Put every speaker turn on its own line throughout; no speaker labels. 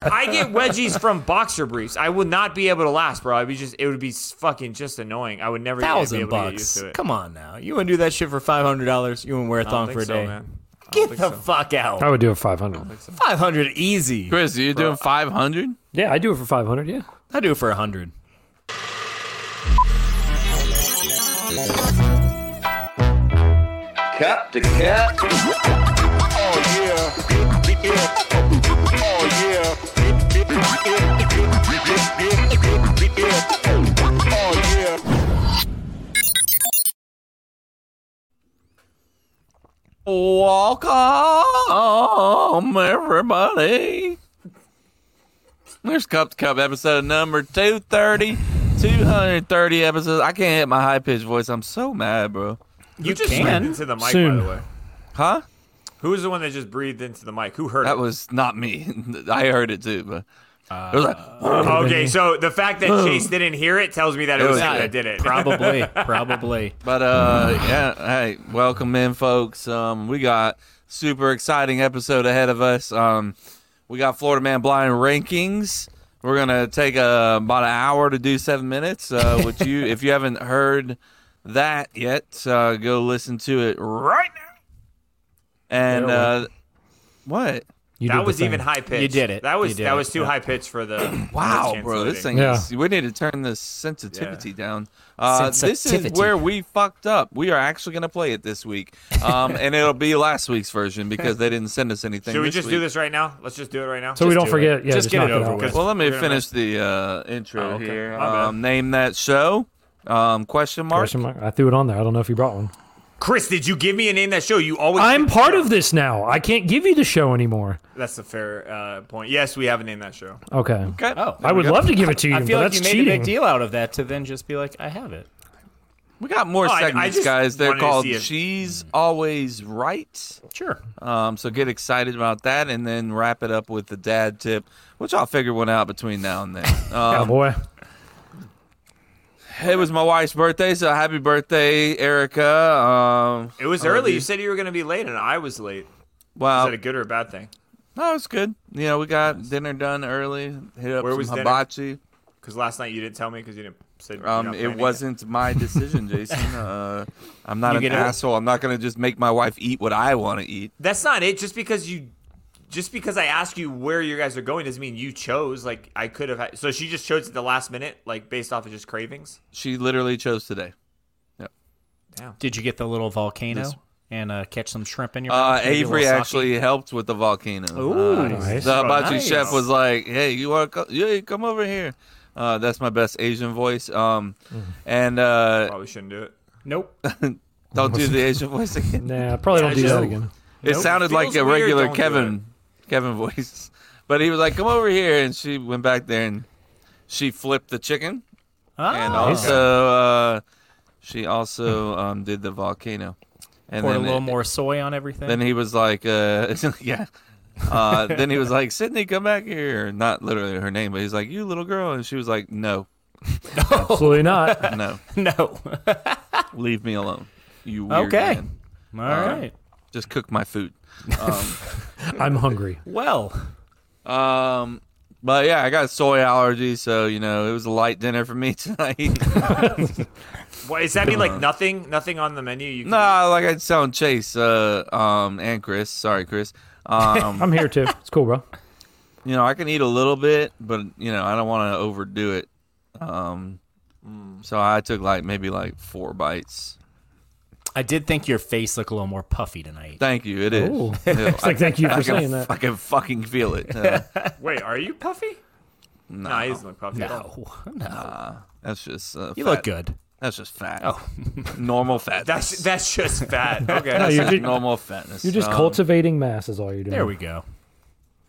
I get wedgies from boxer briefs. I would not be able to last, bro. I'd be just it would be fucking just annoying. I would never get, be
Thousand
able to get used
bucks.
to it.
Come on now. You wouldn't do that shit for five hundred dollars. You wouldn't wear a
I don't
thong
think
for a
so,
day.
man. I don't
Get
think
the
so.
fuck out.
I would do it 500.
Five hundred easy.
Chris, are you doing 500?
Yeah, I do it for 500. Yeah.
I do it for a hundred.
Cup to cup. Oh yeah.
Walk on, Oh, everybody. There's Cup to Cup episode number 230. 230 episodes. I can't hit my high pitched voice. I'm so mad, bro.
You just
can.
breathed into the mic,
Soon.
by the way.
Huh?
Who was the one that just breathed into the mic? Who heard
That
it?
was not me. I heard it too, but it was like,
Okay, so the fact that Chase didn't hear it tells me that it, was
was
him
I.
that did it.
Probably. probably.
But uh, yeah, hey, welcome in, folks. Um, we got super exciting episode ahead of us. Um, we got Florida Man Blind rankings. We're gonna take uh about an hour to do seven minutes. Uh, which you, if you haven't heard that yet, uh, go listen to it right now. And uh, what?
You did
that
the
was
thing.
even high pitched.
You did it.
That was
You did
that
it.
was too high pitched for the
Wow,
noise
bro, this
cancellating.
thing is. We need to turn the sensitivity down. Uh, this is
Sensitivity.
where we fucked up. We are actually going to play it this week, um, and it'll be last week's version because they didn't send us anything.
Should we
this
just
week.
do this right now? Let's just do it right now.
So we
Just
don't
do
forget. Yeah,
Just
just
get
knock
it
it
over
out.
with.
Well, let me
We're gonna-
finish the uh, intro
Oh, okay.
here.
My bad.
Um, name that show? Um, question mark.
Question mark. I threw it on there. I don't know if you brought one.
Chris, did you give me a name that show? You always
I'm part of this now. I can't give you the show anymore.
That's a fair uh, point. Yes, we have a name that show.
Okay.
Okay.
Oh.
I would love to give it to you,
I feel
but
like
that's
you made
cheating.
a big deal out of that to then just be like, I have it.
We got more
Oh, I- I
segments,
just
guys. They're
wanted to
called
see if- Mm.
"She's Always Right."
Sure.
Um, so get excited about that, and then wrap it up with the dad tip, which I'll figure one out between now and then.
Oh,
Um,
boy.
It was my wife's birthday, so happy birthday, Erica. Um,
It was
I love
early.
you. Oh.
You said you were going to be late, and I was late. Is
wow,
that a good or a bad thing?
no, it's good. You know, we got dinner done early. Hit up
Where
some
was dinner?
hibachi.
Because last night you didn't tell me because you didn't say. you're not
Um,
planning
it wasn't my decision, Jason. uh, I'm not
You
an
get it?
asshole. I'm not gonna just make my wife eat what I want to eat.
That's not it. Just because you, just because I asked you where you guys are going doesn't mean you chose. Like I could have. Had, so she just chose at the last minute, like based off of just cravings.
She literally chose today.
Did you get the little volcano
This-
and uh, catch some shrimp in your
Uh,
mouth? Maybe a little
Avery
sake?
actually helped with the volcano.
Ooh.
Uh,
Nice.
The hibachi
Nice.
chef was like, "Hey, you want to? Co- yeah, come over here." Uh, that's my best Asian voice. Um,
Mm.
and uh,
Probably shouldn't do it.
Nope.
don't do the Asian voice again.
Nah, I probably don't
I
do
just-
that again.
It
Nope.
sounded like
Feels
a
weird,
regular
don't do
Kevin Kevin voice. But he was like, Come over here and she went back there and she flipped the chicken. And
Ah,
also uh, she also um, did the volcano. And
poured a
then,
little more soy on everything.
then he was like uh, yeah. Uh, then he was like, Sydney, come back here. Not literally her name, but he's like, You little girl and she was like, No,
Absolutely not.
no,
no. All
Uh-huh.
leave me alone. You weird
Okay.
man.
right.
Just cook my food.
I'm hungry.
Well,
Um, but yeah, I got soy allergy, so you know it was a light dinner for me tonight.
Why does that mean like nothing? Nothing on the menu? You can
nah, like I sound Chase, uh, um, and Chris. Sorry, Chris. Um,
I'm here too. It's cool, bro.
you know I can eat a little bit, but you know I don't want to overdo it. Um, so I took like maybe like four bites.
I did think your face looked a little more puffy tonight.
Thank you. It is.
Ooh.
Ew,
It's like, thank you
I
for
can,
saying that.
I can fucking feel it. Uh,
Wait, are you puffy? No, nah, he doesn't look puffy. at all.
No, no.
that's just. Uh,
You
fat.
look good.
That's just fat.
Oh.
normal fat.
That's that's just fat. Okay.
No, you're just,
normal fatness.
you're just
Um,
cultivating mass is all you're doing.
There we go.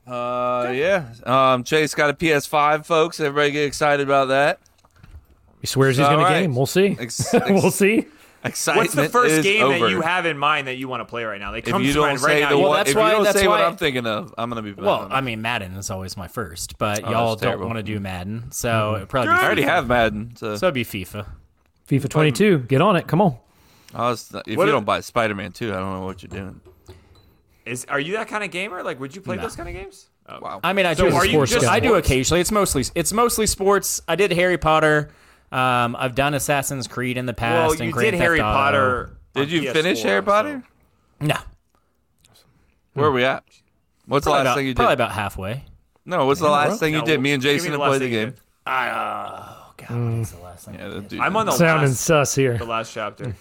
Uh, yeah. Um, Chase got a PS5, folks. Everybody get excited about that.
He swears he's
All
going
right.
to game. We'll see.
Ex-
we'll see.
Excitement
What's the first
is
game
over.
that you have in mind that you want to play right now? They
If
come
you
to
don't
mind right
say
now.
the
you-
Well,
one,
that's
if
why-
you don't
that's
say what
why-
I'm thinking of, I'm gonna be. mad.
Well, I mean, Madden is always my first, but y'all don't
Oh, terrible. Mm-hmm.
want to do Madden, so it'd probably
I
be
already have Madden. So,
so it'd be FIFA.
FIFA 22. Get on it. Come on.
I was, if
What
you
if-
don't buy Spider-Man 2, I don't know what you're doing.
Is are you that kind of gamer? Like, would you play
No. Uh,
those kind of games?
Wow.
I mean, I do.
are you
sports
just
guy. I do
sports?
occasionally. It's mostly it's mostly sports. I did Harry Potter. Um, I've done Assassin's Creed in the
Well,
past. and
you
Grand
did Harry
Theft Auto.
Potter. on
Did you
PS4,
finish Harry
so-
Potter?
No,
Where are we at? What's the
probably
last
about,
thing you did?
probably about halfway.
no, what's the last thing you
No,
did? Me and
give the
Jason have
last
played the
thing you
game.
did.
Oh God, what is the last thing?
Yeah, that dude-
I'm on the
Sounding
last,
sus here.
the last chapter.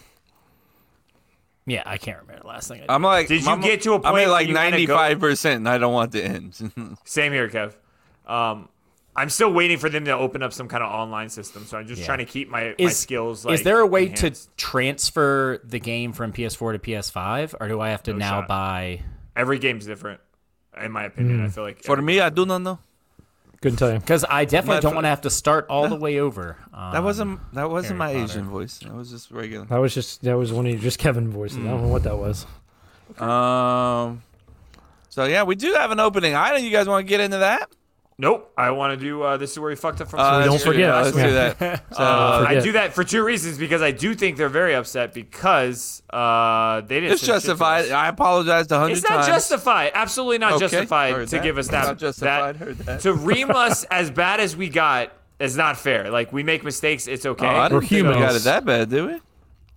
Yeah, I can't remember the last thing. I did.
I'm like,
Did you
I'm-
get to a
I'm
point
at
where
like
you kinda go-
95 percent, and I don't want to end.
Same here, Kev. Um, I'm still waiting for them to open up some kind of online system, so I'm just trying to keep my, my skills. Like,
is there a way
enhanced.
to transfer the game from PS4 to PS5, or do I have to now
shot.
buy?
Every game's different, in my opinion.
Hmm.
I feel like
For me, I do not know.
Couldn't tell you.
Because I
My
definitely
fr-
don't want to have to start all the way over. Um,
That wasn't that wasn't my
Harry Potter.
Asian voice. That was just regular.
That was just that was one of your just Kevin voices. I don't know what that was.
Um. So yeah, we do have an opening item. You guys want to get into that?
nope. I want to do. Uh, this is where we fucked up from.
Uh,
don't
let's do-
forget.
yeah, Let's do
Yeah.
that. So,
Uh, I
Forget.
do that for two reasons because I do think they're very upset because uh, they didn't.
it's
send shit to
justified.
us.
I apologize a hundred
It's not
times.
justified. Absolutely not
Okay,
justified
heard
to
that.
give us
It's
that.
not justified,
that-
heard that.
To ream us as bad as we got is not fair. Like we make mistakes. It's okay.
Oh, I
We're
didn't think we got
humans.
it that bad, did we?
Uh,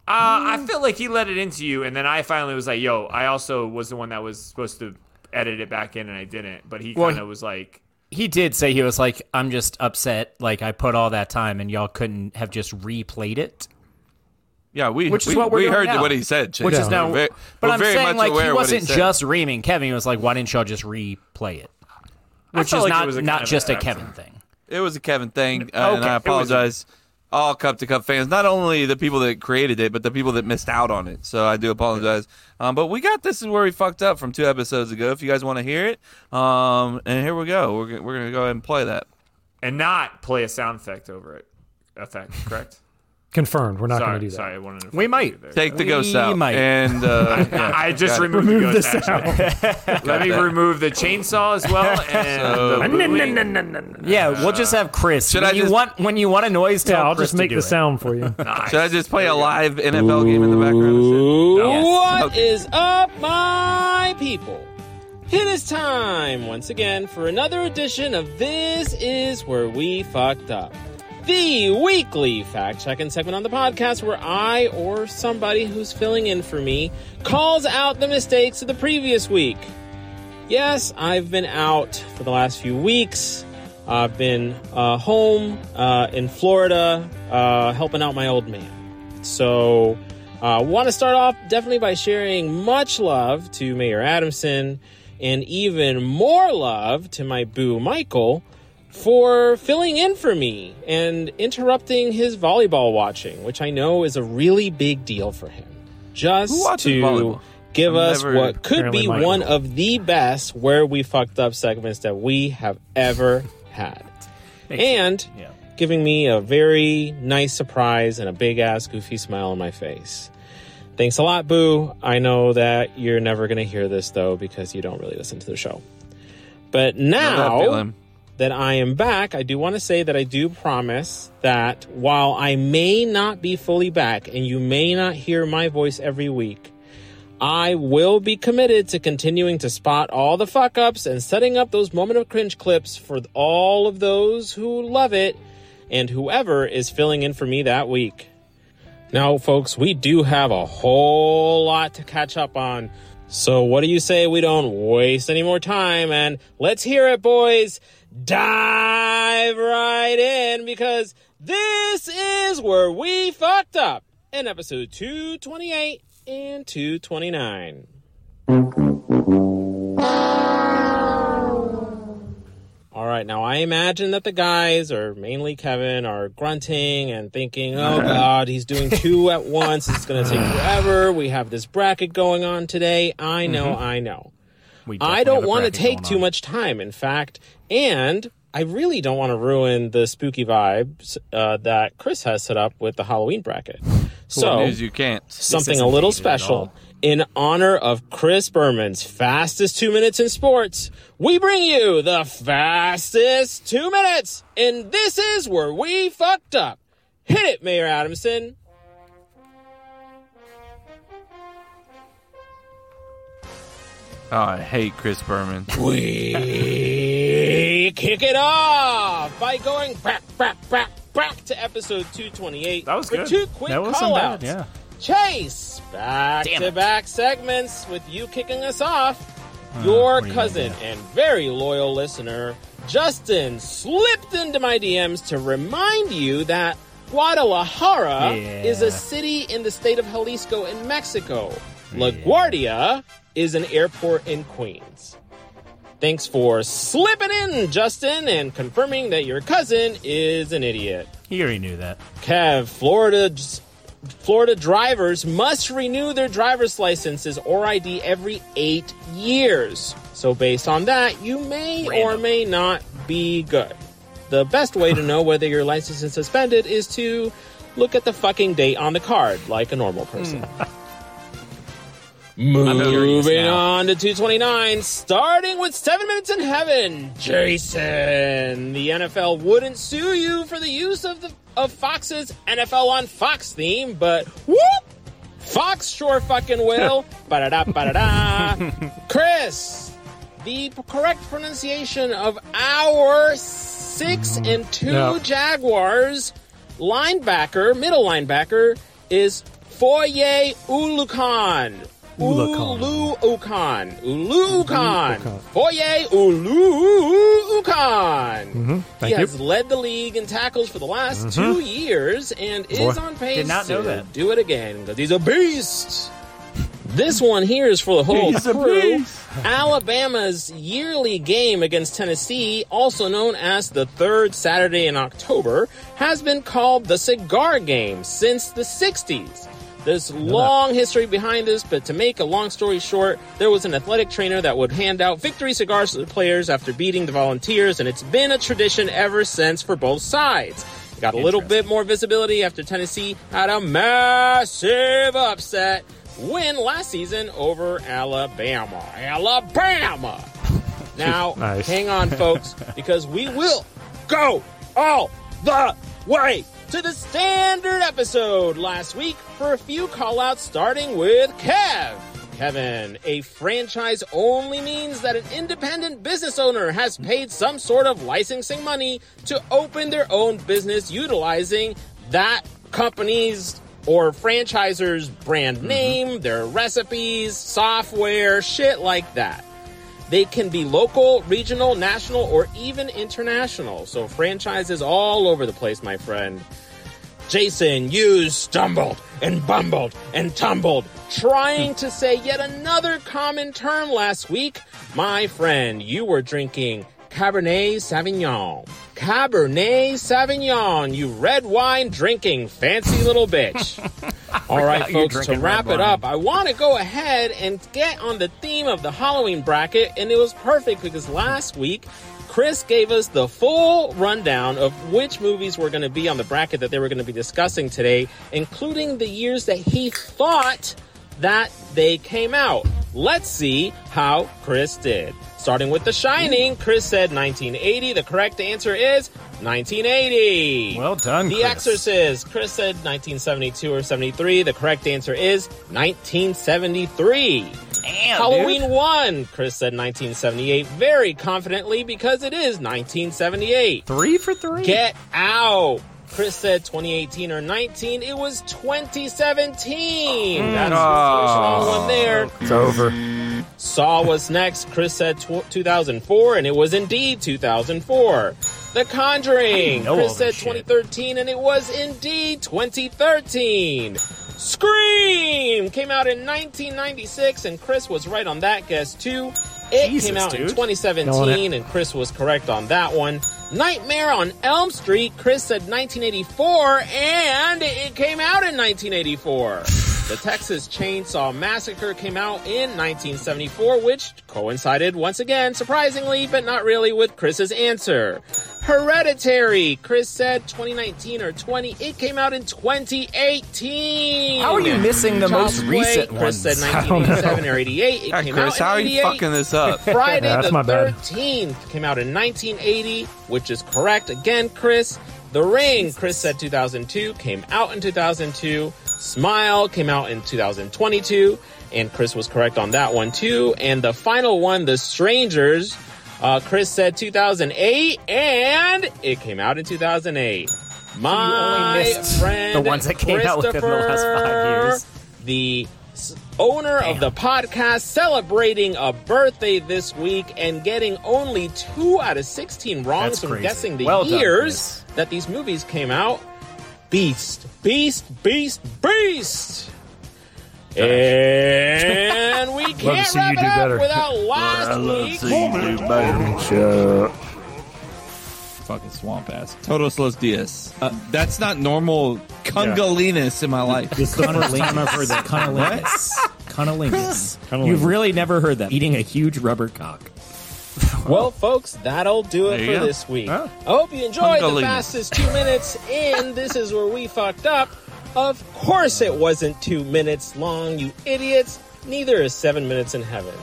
I feel like he let it into you, and then I finally was like, "Yo, I also was the one that was supposed to edit it back in, and I didn't." But he
Well,
kind of was like,
He did say he was like, "I'm just upset. Like I put all that time, and y'all couldn't have just replayed it."
Yeah, we
Which is
we,
what we're
we
doing
heard
now.
what he said.
Which
Chase.
is
We're
now,
very-
but
we're
I'm
very
saying
much
like he
aware of what
wasn't
said.
just reaming Kevin. He was like, "Why didn't y'all just replay it?" Which
felt like it
is not
was a kind
not
of
just a
an
Kevin thing.
It was a Kevin thing, uh, and
Okay,
I
it was a-
apologize. All cup to cup fans, not only the people that created it, but the people that missed out on it. So I do apologize. Um, but we got this is where we fucked up from two episodes ago. If you guys want to hear it, um, and here we go. We're, go- we're gonna go ahead and play that.
and not play a sound effect over it. Effect, correct?
Confirmed. We're not going
sorry,
to do that.
sorry. I wanted to
We
fuck
might.
you there.
Take the
We
ghost out,
might.
and uh, yeah,
I just
got it.
removed
Remove
the
the
ghost. actually.
sound.
Let me
that.
remove the chainsaw as well. And
So-
the booing.
Yeah, we'll just have Chris.
should
when
I
you
just-
want when you want a noise, tell
Yeah, I'll
Chris
just make
to
the
do it.
sound for you.
should I just play a live NFL game in the background?
What is up, my people? It is time once again for another edition of This Is Where We Fucked Up, the weekly fact checking segment on the podcast where I or somebody who's filling in for me calls out the mistakes of the previous week. Yes, I've been out for the last few weeks. I've been uh, home uh, in Florida uh, helping out my old man. So, uh, want to start off definitely by sharing much love to Mayor Adamson and even more love to my boo Michael for filling in for me and interrupting his volleyball watching, which I know is a really big deal for him.
Who
Just
watches
to
volleyball?
give
I've
us
never-
what could
Apparently
be
Michael.
one of the best where we fucked up segments that we have ever had. and giving me a very nice surprise and a big ass goofy smile on my face. Thanks a lot, Boo. I know that you're never going to hear this though because you don't really listen to the show. But
That
now
feeling.
that I am back, I do want to say that I do promise that while I may not be fully back and you may not hear my voice every week, I will be committed to continuing to spot all the fuck ups and setting up those moment of cringe clips for all of those who love it and whoever is filling in for me that week. Now, folks, we do have a whole lot to catch up on. So, what do you say we don't waste any more time and let's hear it, boys? Dive right in because this is where we fucked up in episode 228 and 229. All right, now I imagine that the guys, or mainly Kevin, are grunting and thinking, oh God, he's doing two at once. It's going to take forever. We have this bracket going on today. I know, I know.
Mm-hmm. We
I
definitely have
don't
a
want to
bracket
take
going
too
on.
much time, in fact, and I really don't want to ruin the spooky vibes uh, that Chris has set up with the Halloween bracket. So,
News you can't.
something a
isn't
little
dated at
special
all.
in honor of Chris Berman's fastest two minutes in sports. We bring you the fastest two minutes, and this is where we fucked up. Hit it, Mayor Adamson.
Oh, I hate Chris Berman.
We kick it off by going back, back, back, back to episode 228.
That was
with
good.
Two quick
That wasn't
call
bad.
outs.
Yeah.
Chase, back
Damn
to
it.
back segments with you kicking us off.
Uh, what
Your
are you gonna
cousin and very loyal listener, Justin, slipped into my DMs to remind you that Guadalajara
Yeah.
is a city in the state of Jalisco in Mexico. LaGuardia is an airport in Queens. Thanks for slipping in, Justin, and confirming that your cousin is an idiot.
He already knew that.
Kev, Florida, Florida drivers must renew their driver's licenses or ID every eight years. So, based on that, you may or
Random.
may not be good. The best way to know whether your license is suspended is to look at the fucking date on the card, like a normal person.
Hmm. curious
Moving
now.
on to 229, starting with Seven Minutes in Heaven. Jason, the NFL wouldn't sue you for the use of the of Fox's NFL on Fox theme, but whoop, Fox sure fucking will. Ba-da-da, ba-da-da. Chris, the p- correct pronunciation of our six and two
No.
Jaguars linebacker, middle linebacker, is Foye Ulukan.
Ulukan.
Ulukan. Ulukan.
Ulukan.
Foye Ulukan.
Mm-hmm. Thank
he
you. Mm-hmm.
has led the league in tackles for the last two years and is on pace
Did not know
to
that.
do it again because he's a beast. This one here is for the whole crew. Alabama's yearly game against Tennessee, also known as the third Saturday in October, has been called the cigar game since the 60s. There's long history behind this, but to make a long story short, there was an athletic trainer that would hand out victory cigars to the players after beating the volunteers, and it's been a tradition ever since for both sides. Got a little bit more visibility after Tennessee had a massive upset win last season over Alabama. Alabama! Now,
Nice.
hang on, folks, because we will go all the way to the standard episode last week for a few call outs, starting with Kev. Kevin, a franchise only means that an independent business owner has paid some sort of licensing money to open their own business utilizing that company's or franchisor's brand name, their recipes, software, shit like that. They can be local, regional, national, or even international. So franchises all over the place, my friend. Jason, you stumbled and bumbled and tumbled, trying to say yet another common term last week. My friend, you were drinking Cabernet Sauvignon. Cabernet Sauvignon, you red wine drinking fancy little bitch. All right,
you're
folks, to
drinking
wrap
red
it up, I want to go ahead and get on the theme of the Halloween bracket, and it was perfect because last week, Chris gave us the full rundown of which movies were going to be on the bracket that they were going to be discussing today, including the years that he thought that they came out. Let's see how Chris did. Starting with The Shining, Chris said 1980. The correct answer is 1980.
Well done,
The
Chris.
Exorcist. Chris said 1972 or 73. The correct answer is 1973.
Damn,
Halloween
dude.
1. Chris said 1978 very confidently because it is 1978.
Three for three.
Get out. Chris said 2018 or 19. It was 2017.
Mm.
That's the
Oh.
Ah.
one there.
It's over.
Saw was next. Chris said tw- 2004, and it was indeed 2004. The Conjuring.
know
Chris
all
said
this
2013, and it was indeed 2013. Scream came out in 1996, and Chris was right on that guess too. It
Jesus,
came out in
dude.
2017, and Chris was correct on that one. Nightmare on Elm Street. Chris said 1984, and it came out in 1984. The Texas Chainsaw Massacre came out in 1974, which coincided once again, surprisingly, but not really, with Chris's answer. Hereditary, Chris said 2019 or 20. It came out in 2018.
How are you missing the
Child's
most
Play,
recent
Chris
ones?
said
I don't know.
1987 or 88. It
God,
came
Chris,
out in
how are
88.
you fucking this up?
Friday
Yeah, that's
the
my bad.
13th came out in 1980, which is correct. Again, Chris. The Ring, Chris said 2002, came out in 2002. Smile came out in 2022, and Chris was correct on that one too. And the final one, The Strangers, uh, Chris said 2008, and it came out in 2008. My
missed
friend,
the ones that came out within the last five years.
Christopher, The s- owner of the podcast celebrating a birthday this week and getting only two out of 16 wrongs
That's
from
crazy.
guessing the
Well done,
years that these movies came out. Beast, beast, beast, beast. And we
Love to
can't
see you
wrap it
do
up
better.
without last week's
Fucking swamp ass. Todos los dias. Uh, that's not normal congoliness in my life.
This is the first time I've heard that. Conolingus. Conolingus. You've really never heard that. Eating a huge rubber cock.
Well, folks, that'll do
There
it for
you go.
this week. I hope you enjoyed the
Hungalingus.
fastest two minutes, and this is where we fucked up. Of course, it wasn't two minutes long, you idiots. Neither is seven minutes in heaven.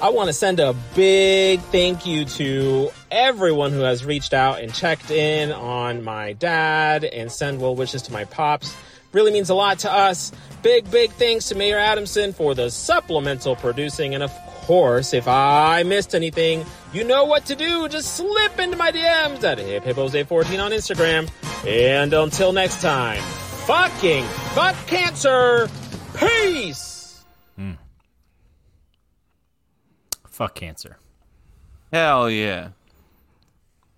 I want to send a big thank you to everyone who has reached out and checked in on my dad and send well wishes to my pops. Really means a lot to us. Big, big thanks to Mayor Adamson for the supplemental producing. And of course, if I missed anything, you know what to do. Just slip into my DMs at HipHippos14 on Instagram. And until next time, fucking fuck cancer. Peace.
Fuck cancer.
Hell yeah.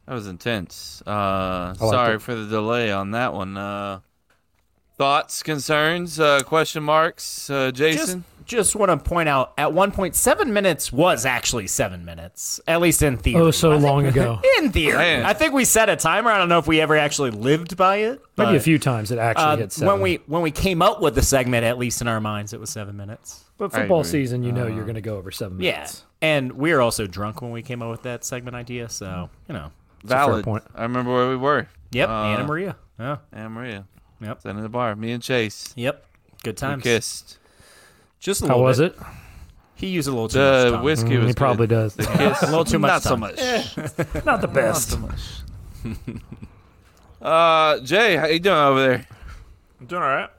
That was intense. Uh, sorry for the delay on that one. Uh, thoughts, concerns, uh, question marks, uh,
Just,
Jason?
just want to point out at one point, seven minutes was actually seven minutes, at least in theory.
Oh, so long ago.
in theory,
Man.
I think we set a timer. I don't know if we ever actually lived by it.
Maybe a
but,
few times it actually
uh,
hit seven.
when we when we came up with the segment, at least in our minds, it was seven minutes.
but football
agree.
season, you know, you're going to go over seven minutes.
Yeah, and we were also drunk when we came up with that segment idea. So you know,
Valid.
point.
I remember where we were.
yep,
Uh,
Anna Maria. Yeah,
Anna Maria.
Yep.
Sitting in the bar. Me and Chase.
yep, good
We
times.
kissed.
Just a
How
little
was
bit.
it?
He used a little too much
The
tongue.
whiskey
Mm,
was
he
good.
probably does.
The kiss.
A little too much
Not so
tongue. Eh.
much.
Not the best.
Uh, Jay, how you doing over there?
I'm doing all right.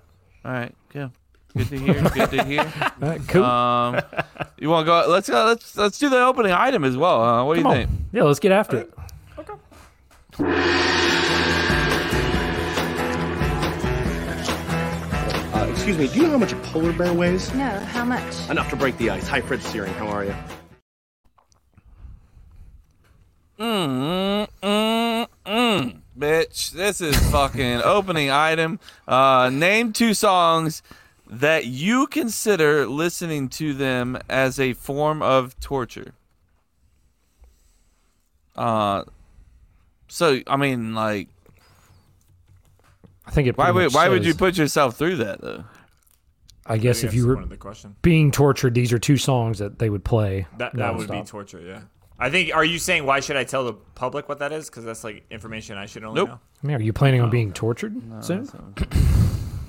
All right, good. Good to hear. Good to hear.
All right, cool.
Um, you want to go? Let's go. Let's let's do the opening item as well. Uh, what do you
Come
think?
on. Yeah, let's get after it.
Uh, excuse me, do you know how much a polar bear weighs?
No, how much?
Enough to break the ice. Hi, Fred Searing. How are you?
Mm, mm, mm. Bitch, this is fucking opening item. Uh, name two songs that you consider listening to them as a form of torture. Uh, so I mean, like,
I think it.
why
pretty
would
much
why would
says-
you put yourself through that though?
I guess if you were
wanted the question,
being tortured, these are two songs that they would play.
that that would be
nonstop.
torture. Yeah. I think. Are you saying why should I tell the public what that is? Because that's like information I should only
Nope.
know.
I mean, are you planning on being tortured soon?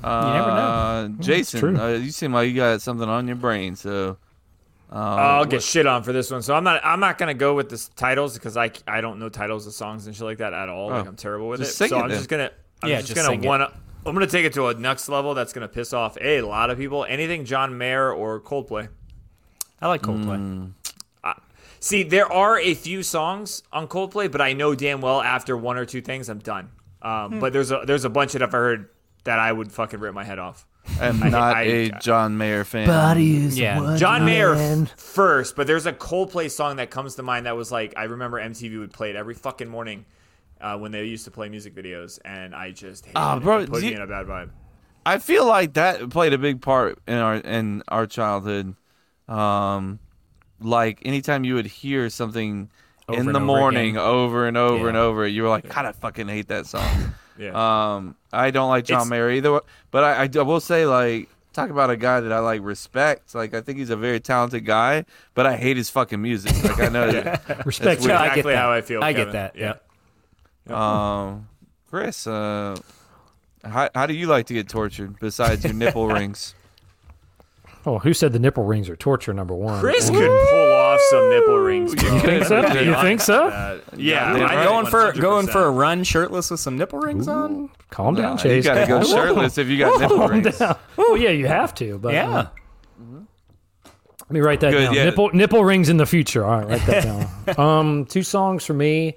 Uh,
never know.
Jason,
true.
uh, you seem like you got something on your brain, so Uh,
I'll get shit on for this one, so I'm not. I'm not gonna go with the s- titles because I, I don't know titles of songs and shit like that at all. Like
Oh.
I'm terrible with
Just
it.
sing
So
it
I'm
then.
just gonna. I'm
Yeah,
just,
just
gonna
sing it.
one. up- I'm gonna take it to a next level that's gonna piss off a lot of people. Anything John Mayer or Coldplay.
I like Coldplay.
Mm.
See, there are a few songs on Coldplay, but I know damn well after one or two things, I'm done. Um, But there's a there's a bunch that I've heard that I would fucking rip my head off.
I'm not
I-
a John Mayer fan.
Yeah,
John Mayer f- first, but there's a Coldplay song that comes to mind that was like I remember MTV would play it every fucking morning uh, when they used to play music videos, and I just hated
Ah,
it.
bro,
it put
do
me
you-
in a bad vibe.
I feel like that played a big part in our in our childhood. Um, like anytime you would hear something in
and
the
over
morning
again.
over and over
Yeah.
and over, you were like, God, I fucking hate that song.
Yeah,
um, I don't like John
It's-
Mayer either, but I, I do- I will say like talk about a guy that I like respect. Like I think he's a very talented guy, but I hate his fucking music. Like I know that.
Respect.
weird.
Yeah, I
Exactly
get that.
how I feel,
I
Kevin.
get that.
Yeah.
Yeah.
Um, Chris, uh, how, how do you like to get tortured besides your nipple rings?
Oh, who said the nipple rings are torture? Number one.
Chris could pull off off some nipple rings. bro.
Think
so? You think so?
Uh, yeah,
Goddamn
I
right.
think
Going for
100%.
going for a run shirtless with some nipple rings on?
Calm down,
Nah, you
Chase.
gotta go shirtless if you got nipple
Calm
rings.
down. Oh yeah, you have to. But
Yeah.
uh, let me write that
Good,
down.
yeah.
Nipple nipple rings in the future. All right, write that down. um, two songs for me.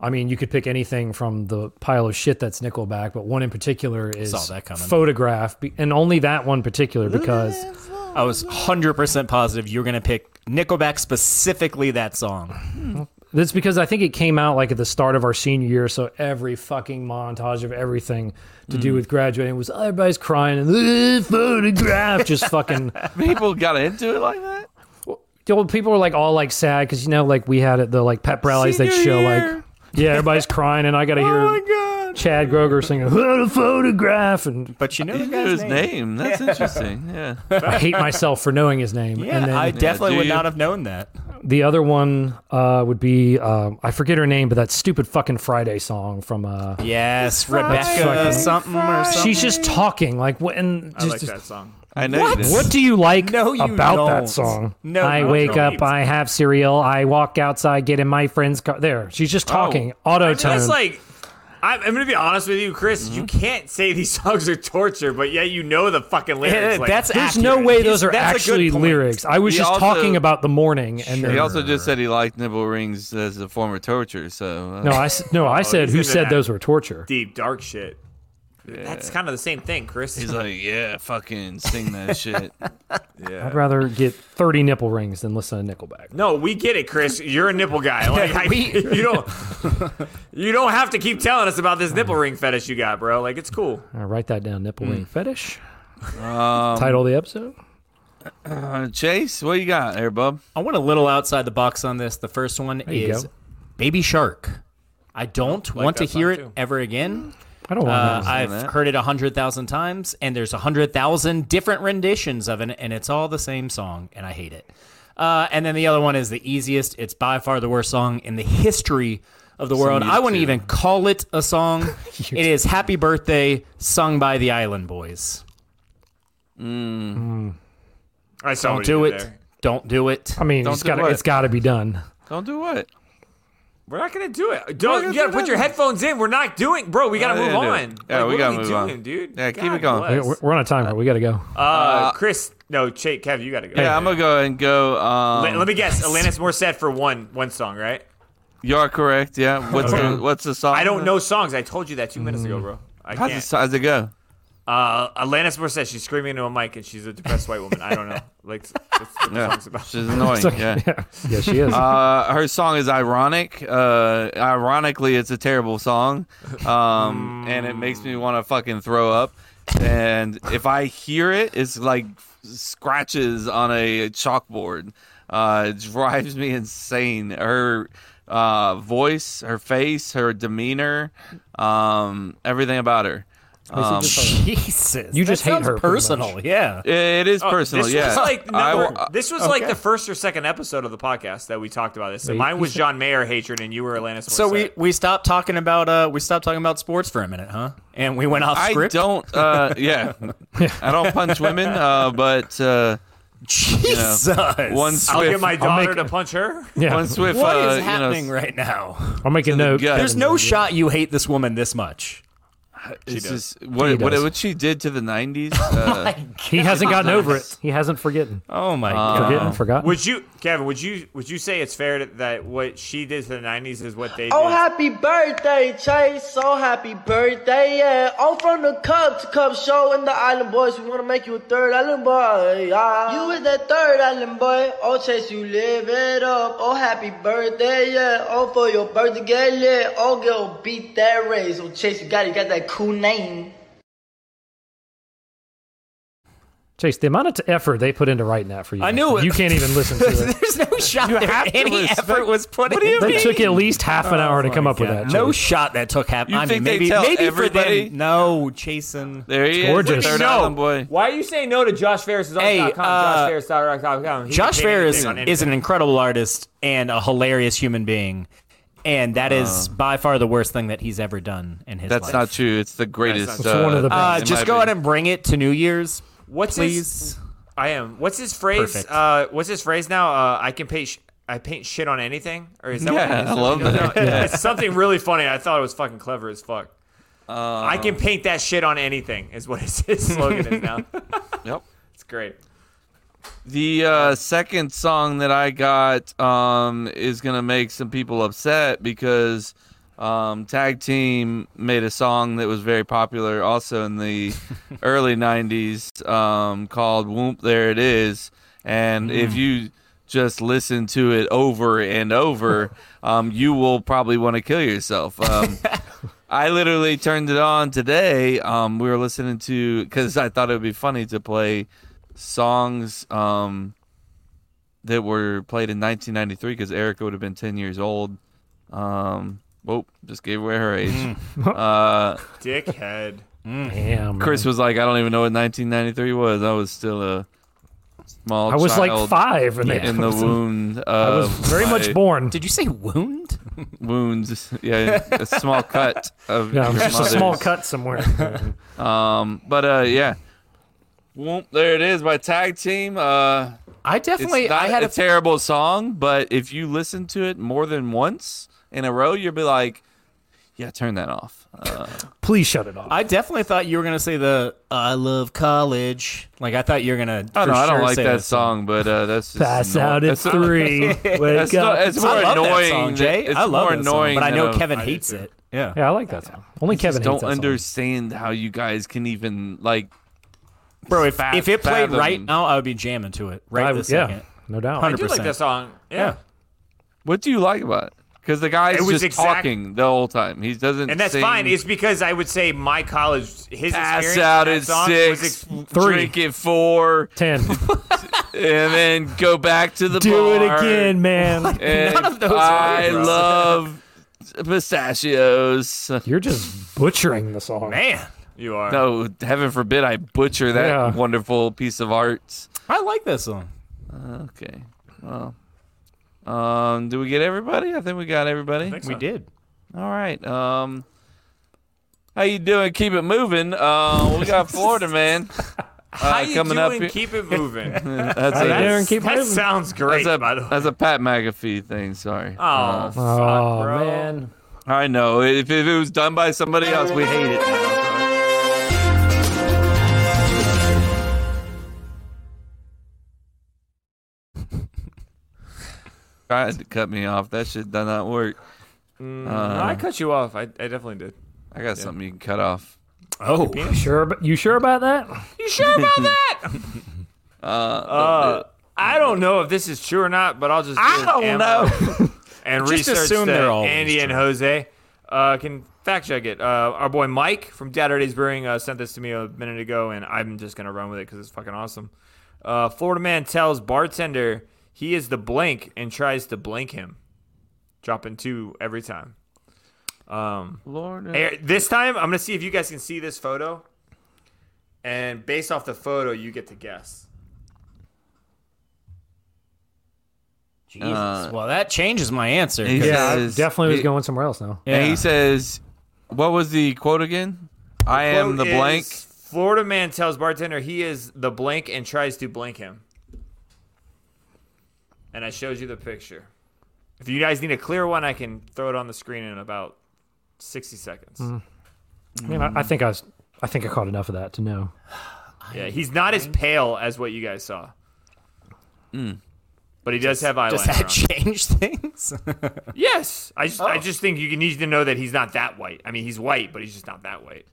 I mean, you could pick anything from the pile of shit that's Nickelback, but one in particular is
Saw that coming.
Photograph, be- and only that one particular because
I was 100% positive you were going to pick Nickelback specifically that song.
That's because I think it came out like at the start of our senior year, so every fucking montage of everything to
Mm.
do with graduating was everybody's crying and "Ugh, photograph, just fucking.
People got into it like that.
The old people were like all like sad because you know like we had at the like pep rallies they'd
Senior
show
year.
like yeah everybody's crying and I
Oh
got to hear
God.
Chad Groger singing "What a photograph" and
But you know
You
the
knew
guy's
his
name.
name. That's interesting. Yeah.
I hate myself for knowing his name.
Yeah,
and then
I definitely
do
would
you?
not have known that.
the other one uh, would be um, I forget her name, but that stupid fucking Friday song from uh,
Yes, Rebecca
fucking-
something or something.
she's just talking like what and
I
just,
like that song.
I know you did.
What do you like
No, you
about
don't.
that song?
No,
I
you
wake
don't.
up, I have cereal, I walk outside, get in my friend's car. There, she's
Oh.
just talking auto tone.
That's like. I'm, I'm gonna be honest with you, Chris. You
Mm-hmm.
can't say these songs are torture, but yeah, you know the fucking lyrics. like,
that's
There's
accurate.
no way
He's-
those are
that's a good
actually
point.
lyrics. I was
He
just
also-
talking about the morning, and
He
then,
also just said he liked nipple rings as a form of torture. So uh,
no, I s- no, I said
he's
who
into
said
that.
those were torture.
deep dark shit. That's kind of the same thing, Chris.
he's like, yeah, fucking sing that shit.
I'd rather get thirty nipple rings than listen to Nickelback.
no, we get it, Chris. You're a nipple guy. Like, I, you don't, you don't have to keep telling us about this nipple ring fetish you got, bro. Like, it's cool.
All right, write that down. Nipple
Hmm.
ring fetish.
Um,
Title of the episode.
Uh, Chase, what you got there, bub?
I went a little outside the box on this. The first one
you
is
go.
Baby Shark. I don't want to
that
hear it
song, too.
ever again.
I don't want.
Uh,
those.
I've
that.
heard it a hundred thousand times, and there's a hundred thousand different renditions of it, and it's all the same song, and I hate it. Uh, and then the other one is the easiest. It's by far the worst song in the history of the world. I wouldn't even call it a song. it is "Happy Birthday" sung by the Island Boys.
I saw
Don't
what you
do
did
it.
there.
Don't do it.
I mean,
don't
it's
do
got
what?
it's got to be done.
Don't do what?
We're not gonna do it. Don't
gonna
you gotta
do
put
it.
your headphones in. We're not doing, bro. We gotta
yeah,
move on.
yeah, yeah,
Like,
we
what
gotta
are
move
doing,
on.
dude.
Yeah, keep
God
it going.
bless.
We're, we're on a timer. We got to go.
Uh, Chris, no, Chase, Kev, you gotta go.
Yeah, I'm gonna go ahead and go. Um,
Let, let me guess. Alanis Morissette for one one song, right?
you are correct. Yeah. What's the What's the song?
I don't know songs. I told you that two minutes ago, bro. I
How's
can't.
it, how's it go?
Uh, Alanis Morissette. She's screaming into a mic, and she's a depressed white woman. I don't know. Like that's what the
Yeah.
song's about.
She's annoying. Yeah.
yeah, she is.
Uh, her song is ironic. Uh, ironically, it's a terrible song, um, and it makes me want to fucking throw up. And if I hear it, it's like scratches on a chalkboard. Uh, it drives me insane. Her uh, voice, her face, her demeanor, um, everything about her. Um,
Jesus,
You
that
just hate
sounds
her pretty
personal.
much.
Yeah,
it is
Oh,
personal.
This
yeah,
was like
I
number,
wa-
this was like the first or second episode of the podcast that we talked about this. So
Wait,
mine
he
was
said-
John Mayer hatred, and you were Alanis. Morissette.
So we, we stopped talking about uh we stopped talking about sports for a minute, huh? And we went off
I
script.
don't. Uh, yeah, I don't punch women, uh, but uh,
Jesus.
one
I'll
swift
get my
I'll make-
daughter to punch her.
yeah,
One Swift.
What
uh,
is
you know,
happening right now?
I'll make a note.
gut.
There's no shot you hate this woman this much.
it's just- what, what,
does.
what she did to the '90s. Uh,
He hasn't gotten over it. He hasn't forgotten.
Oh my
Uh,
god.
Forgetting, forgotten.
Would you, Kevin? Would you would you say it's fair that, that what she did to the '90s is what they did?
Oh, happy birthday, Chase. So happy birthday, yeah. I'm from the Cup to Cup show in the Island Boys. We want to make you a third Island Boy, yeah. You is that third Island Boy. Oh, Chase, you live it up. Oh, happy birthday, yeah. Oh, for your birthday, yeah. Oh, girl, beat that race. Oh, Chase, you got it. You got that cool name.
Chase, the amount of effort they put into writing that for you.
I knew it.
You can't even listen to it.
There's no shot
have
that
to
any
respect-
effort was put
What do
in.
you
They
mean?
took at least half
Oh
an hour to come up with that.
No
Chase.
shot that took half.
You
I
think
mean,
they
maybe
tell
maybe for
everybody?
them. No, Jason.
there he
Gorgeous.
is, the third
No.
island boy.
Why are you saying no to Josh Ferris?
Hey,
Hey,
uh,
JoshFerris.com. He
Josh
can take
Ferris
anything on
is an incredible artist and a hilarious human being, and that is by far the worst thing that he's ever done in his
Uh. That's
life.
not true. It's the greatest.
It's
one of
Uh,
the best.
uh, in my
just go ahead
opinion.
and bring it to New Year's,
What's his?
please.
I am. What's his phrase?
Perfect.
Uh, what's his phrase now? Uh, I can pay. Sh- I paint shit on anything, or is that? what
Yeah,
it is?
I love that.
No, It's something really funny. I thought it was fucking clever as fuck.
Um.
I can paint that shit on anything is what his, his slogan is now.
Yep.
It's great.
The uh, second song that I got um, is gonna make some people upset because um, Tag Team made a song that was very popular also in the early '90s um, called "Whoop There It Is," and if you just listen to it over and over, um, you will probably want to kill yourself. Um, I literally turned it on today. Um, we were listening to because I thought it would be funny to play songs um, that were played in 1993 because Erica would have been 10 years old. Um, whoop, just gave away her age. uh,
Dickhead.
Damn.
Chris was like, I don't even know what 1993 was. I was still a small
I was like
child
five, and they,
in the wound. Of
I was very much born.
Did you say wound?
wounds. Yeah, a small cut of
Yeah, it
your
was just a small
mother's.
cut somewhere.
Um, but uh, yeah. Whoop, there it is. My tag team. Uh,
I
it's
definitely.
not
I had
a
a
terrible song, but if you listen to it more than once in a row, you'll be like, "Yeah, turn that off." Uh,
Please shut it off.
I definitely thought you were gonna say the "I love college." Like I thought you were gonna.
I
for
don't know. I don't
sure
like
say
that song, but uh, that's just
Pass
anno-
out at
that's not-
three. Wake
That's
up.
not, it's more
I love
annoying.
that song, Jay.
than- It's
I love
more
that song,
annoying.
but I
than
know
a-
Kevin hates it. Yeah.
yeah, I like that song. Only Kevin
Don't
hates that song.
understand how you guys can even like.
bro. If,
Fa-
if it played
fathom.
right now, I would be jamming to it right
I-
this
yeah,
second.
no doubt.
I do like
100%.
that song. Yeah.
Yeah.
What do you like about it? Because the guy's
It was
just
exact-
talking the whole time. He doesn't.
And that's
sing,
fine. It's because I would say my college, his
pass
experience
out
in
at
that song was
six,
ex-
Three.
drink at four,
Ten.
and then go back to the
do it
bar.
again, man.
And
None of those
I
words.
love pistachios.
You're just butchering the song.
Man,
you are.
No, heaven forbid I butcher that
Yeah.
wonderful piece of art.
I like that song.
Okay. Well, um, do we get everybody? I think we got everybody.
Think
We
so.
did.
All right. Um, how you doing? Keep it moving. Uh, we got Florida man uh,
How you
coming
doing?
up. here.
Keep it moving.
that's, a,
There
That's-
and keep
that
moving.
sounds great.
that's a
by the way.
that's a Pat McAfee thing. Sorry.
oh, fuck,
Oh
bro.
man.
I know. If, if it was done by somebody else, we hate it. Tried to cut me off. That shit does not work. Uh,
No, Mm, I cut you off. I, I definitely did.
I got something you can cut off.
Oh,
Sure, ab- you sure about that?
You sure about that? Uh, I don't know if this is true or not, but I'll just. I
don't know.
And
Just
research
assume
that
they're always
Andy and Jose uh, can fact check it. Uh, our boy Mike from Dadderday's Brewing uh, sent this to me a minute ago, and I'm just gonna run with it because it's fucking awesome. Uh, Florida man tells bartender he is the blank and tries to blank him, dropping two every time.
Lord,
Hey, this time, I'm gonna see if you guys can see this photo, and based off the photo, you get to guess.
Jesus.
Uh,
well, that changes my answer.
He
Yeah,
says-
I definitely was
he-
going somewhere else now.
And
Yeah.
he says, "What was the quote again? I
Quote
am the blank."
is, Florida man tells bartender he is the blank and tries to blank him. And I showed you the picture. If you guys need a clear one, I can throw it on the screen in about 60 seconds.
Mm.
I mean, I, I think I was, I think I caught enough of that to know.
Yeah, he's not as pale as what you guys saw.
Mm.
But he does have
Does
eyeliner.
that
on.
change things?
Yes, I just I
Oh.
just think you need to know that he's not that white. I mean, he's white, but he's just not that white.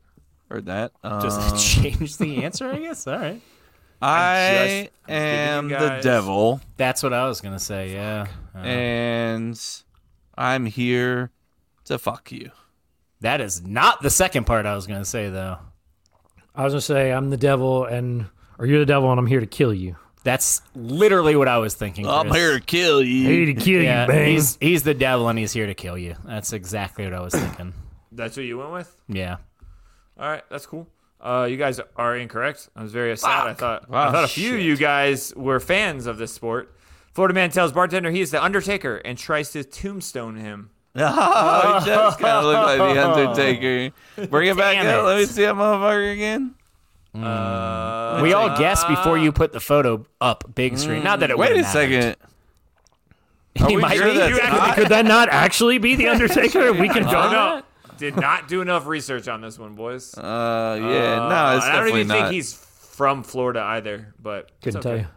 Heard that. uh,
Does that change the answer? I guess. All right.
I
just giving you
am the
guys-
devil,
That's what I was gonna say. Yeah. Uh,
and I'm here to fuck you.
that is not the second part I was gonna say though.
I was gonna say I'm the devil, and or you're the devil, and I'm here to kill you.
That's literally what I was thinking.
I'm
Chris.
here to kill you.
Here to kill
Yeah,
you, man.
he's he's the devil and he's here to kill you. That's exactly what I was thinking.
That's what you went with.
Yeah.
All right, that's cool. Uh, you guys are incorrect. I was very sad. I thought I thought a few of you guys were fans of this sport. Florida man tells bartender he is the Undertaker and tries to tombstone him.
Oh, he does kind of look like the Undertaker. Bring it back
Damn
up. Let
it.
me see that motherfucker again.
Uh,
We all guessed before you put the photo up big screen. Not that it
Wait
would've
a
mattered.
second. Are
He
we
might
sure
be.
that's
You
not-
actually
Could that not actually be the Undertaker? We can
Uh, don't know. Did not do enough research on this one, boys.
Uh, yeah, no, it's
I don't
definitely
even
not.
think he's from Florida either. But it's
Couldn't
okay.
tell you.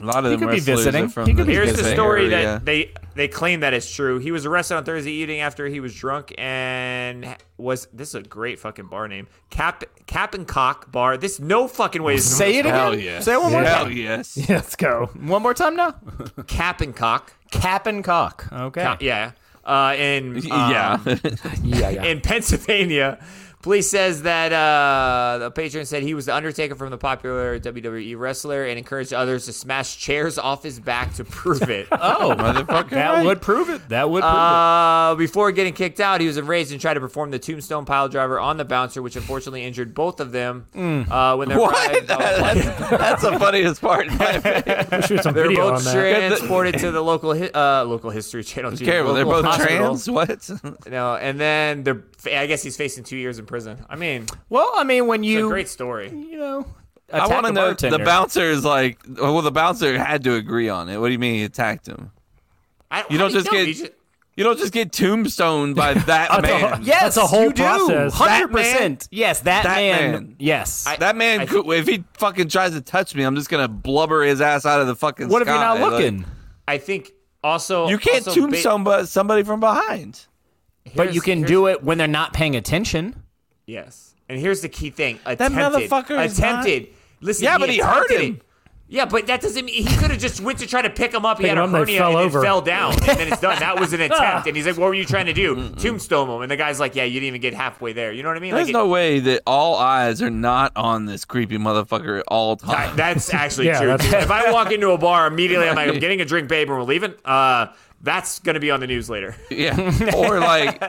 a lot
he
of them
could be
wrestlers
visiting.
Are from
He could be
Here's the
visiting.
story that
area.
they they claim that it's true. He was arrested on Thursday evening after he was drunk and was this is a great fucking bar name Cap Cap and Cock Bar. This no fucking way. Is
Say it again.
Hell yeah.
Say it one more
Hell
time.
yes.
Let's go.
One more time now.
Cap and Cock.
Cap and cock. Okay.
Cock, Yeah. Uh, in um,
yeah.
Yeah, yeah.
in Pennsylvania. Police says that uh, the patron said he was the Undertaker from the popular WWE wrestler and encouraged others to smash chairs off his back to prove it.
Oh,
Motherfucker.
that
right.
would prove it. That would prove
Uh, before getting kicked out, he was enraged and tried to perform the tombstone pile driver on the bouncer, which unfortunately injured both of them. Uh, when they're
What?
arrived- oh,
that's, that's the funniest part. in my opinion.
Shoot some
they're
video on
both
that.
transported to the local hi- uh, local history channel. geez,
Careful, they're
local
both
hospital.
trans. What?
No, and then they're. I guess he's facing two years in prison. I mean,
it. Well, I mean, when
it's a
you
great story.
you know,
I
attack
want to
a
know.
bartender.
The bouncer is like, well, the bouncer had to agree on it. What do you mean he attacked him?
I,
You
how
don't
do you
just
know?
get.
You ju-
You don't just get tombstoned by that man.
Yes,
That's a whole
you do.
process.
Hundred
That
percent. Yes, that,
That
man,
man.
Yes.
That man,
I-
could, if he fucking tries to touch me, I'm just gonna blubber his ass out of the fucking.
what if you're
sky.
not
Like,
looking?
I think also
you can't
also ba-
tombstone but somebody from behind.
but
here's-
you can
here's-
do it when they're not paying attention.
Yes, and here's the key thing: attempted,
motherfucker is not-
attempted. Listen,
Yeah, but he hurt
attempted
him.
it. Yeah, but that doesn't mean he could have just went to try to pick him up. He
Pick
had a
him up, they
hernia
fell
and it
over.
fell down, and then it's done. That was an attempt, and he's like, "What were you trying to do? Tombstone him?" And the guy's like, "Yeah, you didn't even get halfway there." You know what I mean?
There's
like,
no way that all eyes are not on this creepy motherfucker at all
I-
times.
that's actually
Yeah,
true.
that's-
if I walk into a bar immediately, I'm like, "I'm getting a drink, babe, and we're leaving." Uh, that's gonna be on the news later.
yeah, or like,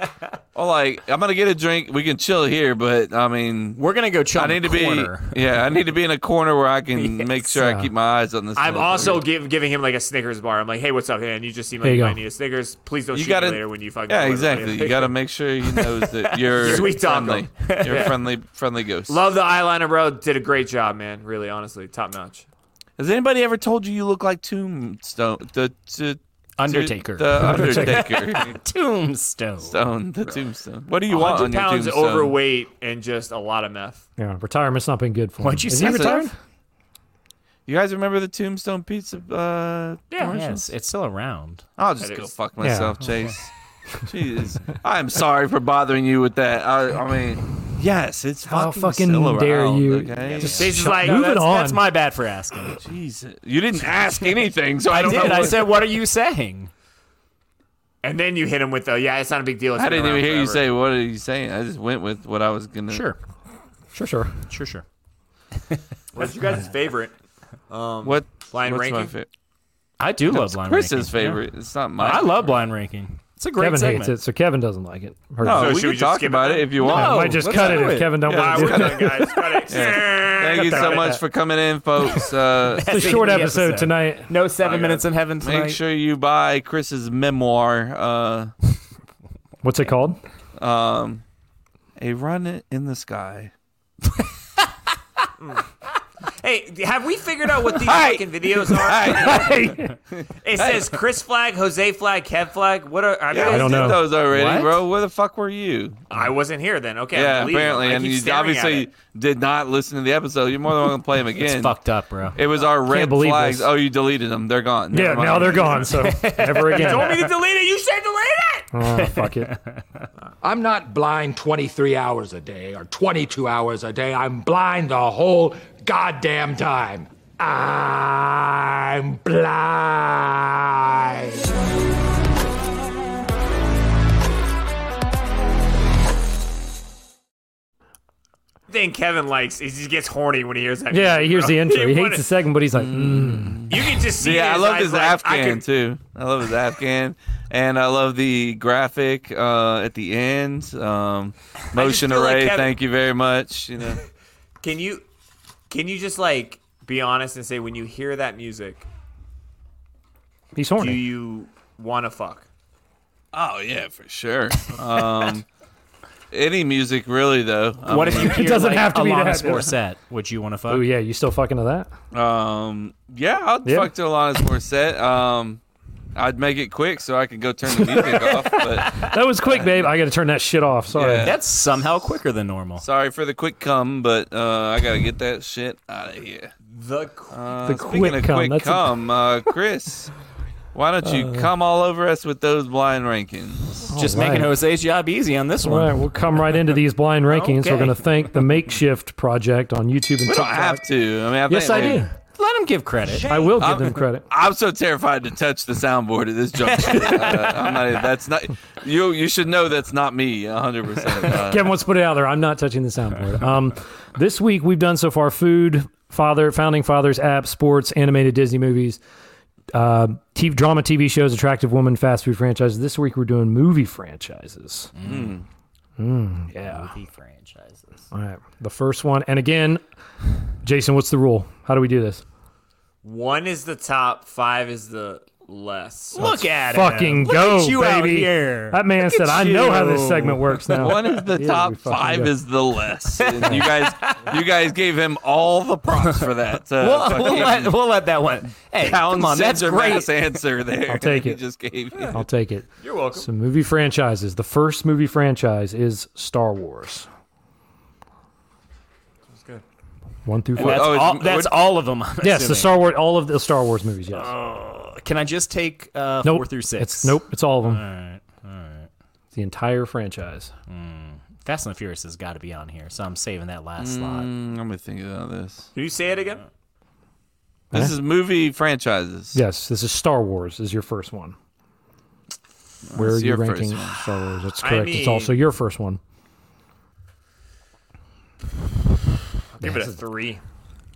or like, I'm gonna get a drink. We can chill here, but I mean,
We're gonna go chill.
I
in the
need to
corner.
be. Yeah, I need to be in a corner where I can make sure I keep my eyes on this.
I'm
motherfucker.
also give, giving him like a Snickers bar. I'm like, "Hey, what's up, man? You just seem like
There
you,
you
might
go.
need a Snickers. Please don't
You
shoot
gotta-
me later when you fucking."
Yeah,
order."
exactly. You got to make sure he knows that you're
Sweet taco.
friendly. You're a friendly, friendly ghost.
Love the eyeliner, bro. Did a great job, man. Really, honestly, top notch.
Has anybody ever told you you look like Tombstone? The, the,
Undertaker.
The Undertaker.
Tombstone.
Stone. The Tombstone. What do you want on
Hundred
your
pounds
tombstone?
overweight and just a lot of meth.
Yeah, retirement's not been good for him.
What'd you
Is
say?
he retired?
You guys remember the Tombstone pizza? Uh,
Yes, it's still around.
I'll just
That
go
is-
fuck myself, Chase. Jesus, I'm sorry for bothering you with that. I, I mean, yes, it's
How
fucking,
fucking
still
dare
around,
you.
Okay?
Chase is like,
Moving
that's,
on.
That's my bad for asking.
Jesus, you didn't ask anything, so I,
I
don't
did.
know.
I
what-
said, "What are you saying?"
and then you hit him with the yeah. It's not a big deal. It's
I
been
didn't even
around
hear you
forever."
say what are you saying. I just went with what I was gonna.
Sure,
Sure, sure.
sure, sure.
What's your guys' favorite?
Um, What
Blind
what's my
ranking?
favorite?
I do love blind
Chris's
ranking.
favorite. It's not
Yeah.
mine.
I love blind ranking. It's a great
Kevin
segment.
hates it, so Kevin doesn't like it. Heard it.
No,
So should
we
we
can
just
talk
skip
about
it
it
then?
if you
No.
I
want.
might just
let's
cut it
do
if
it.
Kevin don't
Ah,
want
we're
to do it.
done, guys. Got it.
Thank you so much for coming in, folks. Uh,
It's a short
the
episode,
episode.
tonight.
No Oh, seven minutes in heaven tonight.
make sure you buy Chris's memoir, uh,
What's it called?
um, "A Run in the Sky."
Hey, have we figured out what these
Hey!
fucking videos are?
Hey,
It says Chris flag, Jose flag, Kev flag. What are? are
I
those-
don't
did
know.
those already,
What?
bro. Where the fuck were you?
I wasn't here then. Okay.
yeah,
I'm leaving.
apparently,
I
and
keep
you
staring at
obviously
it.
did not listen to the episode. You're more than welcome to play them
it's
again.
fucked up, bro.
It was our red
believe
flags.
this.
Oh, you deleted them. They're gone.
yeah,
Never mind.
now they're gone, so never again.
Told me to delete it. You said delete it.
Oh, fuck it.
I'm not blind 23 hours a day or 22 hours a day. I'm blind the whole goddamn time. I'm blind.
Thing Kevin likes is he gets horny when he hears that.
Yeah,
music,
he hears
bro.
the intro. He hates
wanna-
the segment, but he's like, mm.
You can just see.
Yeah, I
his
love
eyes
his
like,
Afghan
I could-
too. I love his Afghan, and I love the graphic uh, at the end. Um, motion
feel like
array.
Kevin-
thank you very much. You know,
Can you can you just like be honest and say when you hear that music,
he's
do
horny.
you want to fuck?
oh yeah, for sure. Um, any music really though. I
what if you hear
doesn't
like,
have to be
Alanis
that.
Morissette? Would you want to fuck?
Oh yeah, you still fucking to that?
Um, yeah, I'll
Yeah.
fuck to Alanis Morissette. Um, I'd make it quick so I could go turn the music off. But
That was quick, babe. I got to turn that shit off. Sorry.
Yeah.
That's somehow quicker than normal.
sorry for the quick come, but uh, I gotta get that shit out of here.
The
Uh,
The
speaking
quick
of
come,
quick
that's a- Uh.
come, uh, Chris, why don't you come all over us with those blind rankings?
just
All
making
right.
Jose's job easy on this
All
one.
right, we'll come right into these blind rankings. We're
Okay.
going to thank the Makeshift Project on YouTube and
We don't
TikTok.
have to. I mean, I
yes, I
think we-
do.
Let him give credit.
I will give
I'm-
them credit.
I'm so terrified to touch the soundboard at this juncture. uh, I'm not, that's not you. You should know that's not me. 100. percent uh,
Kevin wants to put it out there. I'm not touching the soundboard. Um, this week we've done so far food, father, founding fathers, apps, sports, animated Disney movies, uh, t- drama, TV shows, attractive woman, fast food franchises. This week we're doing movie franchises. Mm, yeah.
franchises.
All right. The first one, and again, Jason, what's the rule? How do we do this?
One is the top, five is the less.
Look at
Fucking
him. Look
go,
at you out
baby.
here.
That man
Look
said,
at
"I know how
you."
this segment works now."
One is the
Here
top
we fucking
five
go.
is the less. And you guys, you guys gave him all the props for that. Uh,
We'll, we'll, let, we'll let that one. Hey,
Pound
come on, that's
Sender
great.
Mass answer there.
I'll take
He
it.
just gave you.
I'll take it.
You're welcome.
Some movie franchises. The first movie franchise is Star Wars. One through
That's,
five.
Oh, it's-
all, that's
what-
all of them. I'm
Yes, the
assuming.
Star Wars. All of the Star Wars movies. Yes.
Can I just take uh,
nope.
four through six?
It's, nope. It's all of them.
All right.
It's the entire franchise.
Fast and the Furious has got to be on here, so I'm saving that last slot.
Mm, Let me think about this.
Can you say it again?
Uh,
This is movie franchises.
Yes. This is Star Wars. Is your first one. Where are
That's
you
your first
ranking
one.
Star Wars? That's
I
correct. it's
mean-
also your first one.
I'll give it a three.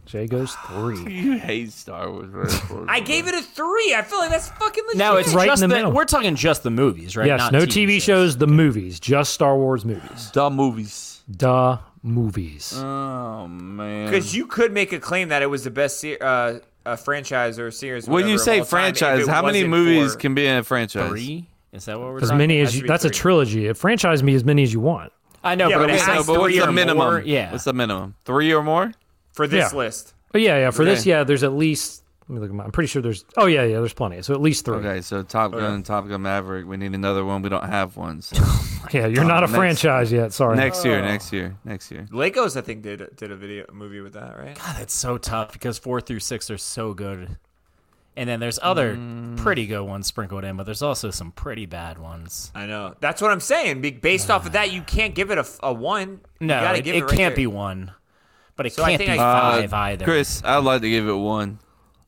Jay goes three.
You hate Star Wars. right?
I gave it a three. I feel like that's fucking legit.
Now it's
Right in
just
the
the
middle.
we're talking just the movies, right?
yes.
Not
no TV shows. The movies. Just Star Wars movies.
Dumb movies.
Duh. Movies.
Oh man.
because you could make a claim that it was the best se- uh, uh, franchise or series. or
When
whatever
you
of all
say
time, if
franchise,
it
how many
wasn't
movies
for-
can be in a franchise?
Three? Is that what we're
as
talking?
many as
Has to
you.
be
That's a
three.
trilogy. A franchise me as many as you want.
I know,
Yeah,
but,
but
it's
it's
No,
not
but what's
three
the
or
minimum?
more. Yeah.
What's the minimum? Three or more?
for this
Yeah.
list.
But yeah, yeah. For this,
Okay.
yeah, there's at least. Let me look at my. I'm pretty sure there's. Oh yeah, yeah. There's plenty. So at least three.
Okay, so Top Gun, Top Gun Maverick. We need another one. We don't have one. So
Yeah, you're not a
Uh, next-
franchise yet. Sorry.
next year, next year, next year.
Legos, I think did did a video movie with that, right?
God, that's so tough because four through six are so good, and then there's other pretty good ones sprinkled in, but there's also some pretty bad ones.
I know. That's what I'm saying. Be- Based off of that, you can't give it a, a one. You
No,
gotta
it,
give
it
right
can't
there.
be one, but it
So I
can't be
think I- Uh,
five either.
Chris, I'd like to give it one.